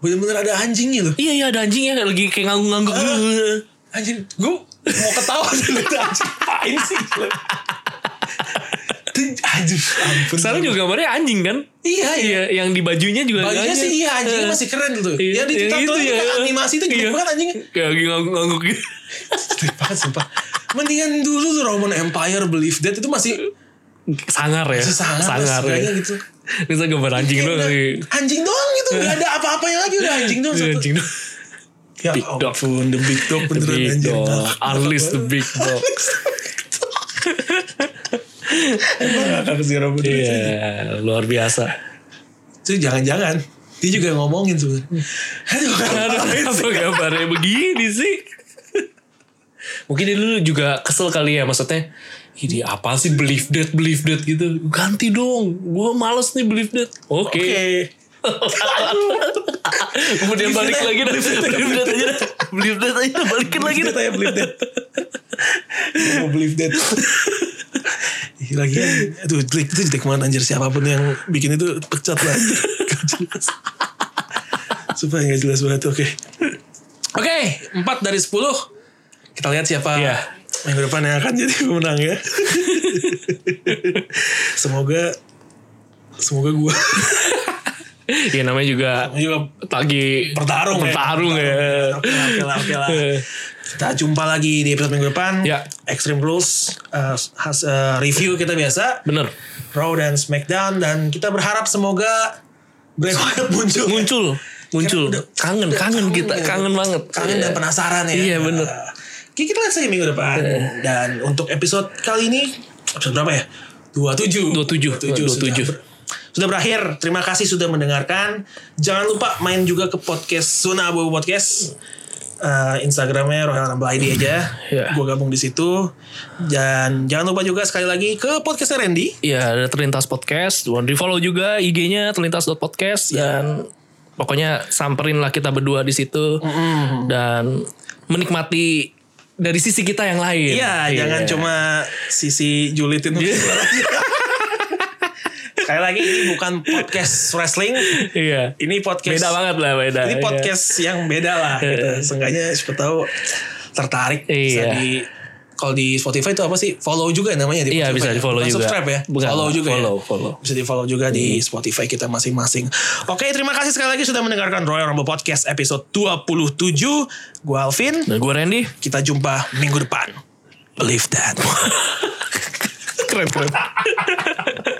Speaker 1: bener-bener ada anjingnya loh
Speaker 3: Iya, iya ada anjing ya. Lagi kayak ngangguk-ngangguk.
Speaker 1: Ah.
Speaker 3: gitu.
Speaker 1: anjing gue mau ketawa <laughs> dulu anjing pain sih Tuh, aduh ampun
Speaker 3: Sekarang juga gambarnya anjing kan?
Speaker 1: iya iya
Speaker 3: Iya, yang di bajunya juga ada
Speaker 1: bajunya sih iya anjingnya
Speaker 3: Eh,
Speaker 1: masih keren tuh
Speaker 3: iya,
Speaker 1: ya di
Speaker 3: yang
Speaker 1: Titan
Speaker 3: itu
Speaker 1: Tron
Speaker 3: ya.
Speaker 1: kan animasi itu gede
Speaker 3: Iya.
Speaker 1: banget anjingnya
Speaker 3: Kayak lagi ngangguk-ngangguk gitu.
Speaker 1: gede banget sumpah mendingan dulu tuh Roman Empire Believe That itu masih
Speaker 3: Sangar ya.
Speaker 1: masih sangat
Speaker 3: Sangar ya.
Speaker 1: kayaknya gitu
Speaker 3: Bisa gambar anjing
Speaker 1: Kayak
Speaker 3: doang.
Speaker 1: udah
Speaker 3: lagi. Iya,
Speaker 1: anjing doang gitu nggak ada apa-apanya lagi udah anjing doang iya. satu.
Speaker 3: Anjing doang.
Speaker 1: ya
Speaker 3: Big dog.
Speaker 1: ampun the big dog
Speaker 3: The
Speaker 1: beneran
Speaker 3: big
Speaker 1: anjing
Speaker 3: dog. Gitu. Unleash the big dog.
Speaker 1: emang nggak akan si Roman Reigns
Speaker 3: <laughs> Iya, luar biasa.
Speaker 1: itu jangan-jangan dia juga ngomongin sebenarnya aduh
Speaker 3: Aduh,
Speaker 1: ngapain
Speaker 3: apa
Speaker 1: sih?
Speaker 3: gambarnya begini sih? Mungkin dia dulu juga kesel kali ya maksudnya. Ini apa sih believe that, believe that gitu. Ganti dong. Gue males nih believe that. Oke.
Speaker 1: oke
Speaker 3: <laughs> Kemudian balik
Speaker 1: Believe that,
Speaker 3: lagi dah. Believe that aja dah. Believe that aja dah. Balikin lagi
Speaker 1: kita
Speaker 3: dah.
Speaker 1: ya believe that Gua mau believe that Ih, lagi aduh jelek itu jelek banget anjir siapapun yang bikin itu pecat
Speaker 3: <laughs>
Speaker 1: lah Gak jelas supaya nggak jelas banget oke oke empat dari sepuluh kita lihat siapa
Speaker 3: Iya.
Speaker 1: minggu depan yang akan jadi pemenang
Speaker 3: <laughs>
Speaker 1: ya semoga semoga gue
Speaker 3: Ya namanya juga
Speaker 1: juga
Speaker 3: lagi
Speaker 1: Bertarung ya.
Speaker 3: Bertarung ya.
Speaker 1: Oke lah, oke lah, oke lah.
Speaker 3: <laughs>
Speaker 1: Kita jumpa lagi di episode minggu depan.
Speaker 3: Ya.
Speaker 1: Extreme Rules eh, has- eh, review kita biasa.
Speaker 3: Bener.
Speaker 1: Raw dan Smackdown dan kita berharap semoga Bray Wyatt muncul.
Speaker 3: Muncul. Muncul.
Speaker 1: Karena udah-
Speaker 3: Kangen,
Speaker 1: udah
Speaker 3: kangen kita.
Speaker 1: ya.
Speaker 3: Kangen banget.
Speaker 1: Kangen dan penasaran ya.
Speaker 3: Iya, bener. Iya.
Speaker 1: Nah, Oke, kita lihat saja minggu depan. Dan untuk episode kali ini episode berapa ya?
Speaker 3: Iya,
Speaker 1: 27. 27. Sudah,
Speaker 3: 27. 27.
Speaker 1: ber- sudah berakhir. Terima kasih sudah mendengarkan. Jangan lupa main juga ke podcast Zona Abu Podcast. Eh, Instagramnya Royal Rumble ID aja.
Speaker 3: Iya.
Speaker 1: Gue gabung di situ. Dan jangan lupa juga sekali lagi ke podcastnya Randy.
Speaker 3: Iya, ada Terlintas Podcast. Di follow juga IG-nya
Speaker 1: Iya.
Speaker 3: terlintas.podcast dan pokoknya samperin lah kita berdua di situ
Speaker 1: Mm-hmm.
Speaker 3: dan menikmati dari sisi kita yang lain.
Speaker 1: Iya, jangan cuma sisi julitin.
Speaker 3: Iya.
Speaker 1: <laughs> Sekali lagi ini bukan podcast wrestling,
Speaker 3: Iya.
Speaker 1: ini podcast
Speaker 3: Beda banget lah, beda.
Speaker 1: Ini
Speaker 3: Iya.
Speaker 1: podcast yang beda lah. Gitu. Seenggaknya siapa tahu tertarik bisa
Speaker 3: Iya.
Speaker 1: di kalau di Spotify itu apa sih? Follow juga namanya di
Speaker 3: Iya,
Speaker 1: Spotify.
Speaker 3: bisa di-follow
Speaker 1: Bukan
Speaker 3: juga.
Speaker 1: subscribe ya.
Speaker 3: Bukan,
Speaker 1: follow juga
Speaker 3: follow,
Speaker 1: ya.
Speaker 3: follow. Iya.
Speaker 1: Bisa di follow juga di Spotify kita masing-masing. Oke, terima kasih sekali lagi sudah mendengarkan Royal Rumble Podcast episode 27. Gua Alvin.
Speaker 3: Dan gue
Speaker 1: <laughs>
Speaker 3: Randy.
Speaker 1: Kita jumpa minggu depan. Believe that.
Speaker 3: Keren keren.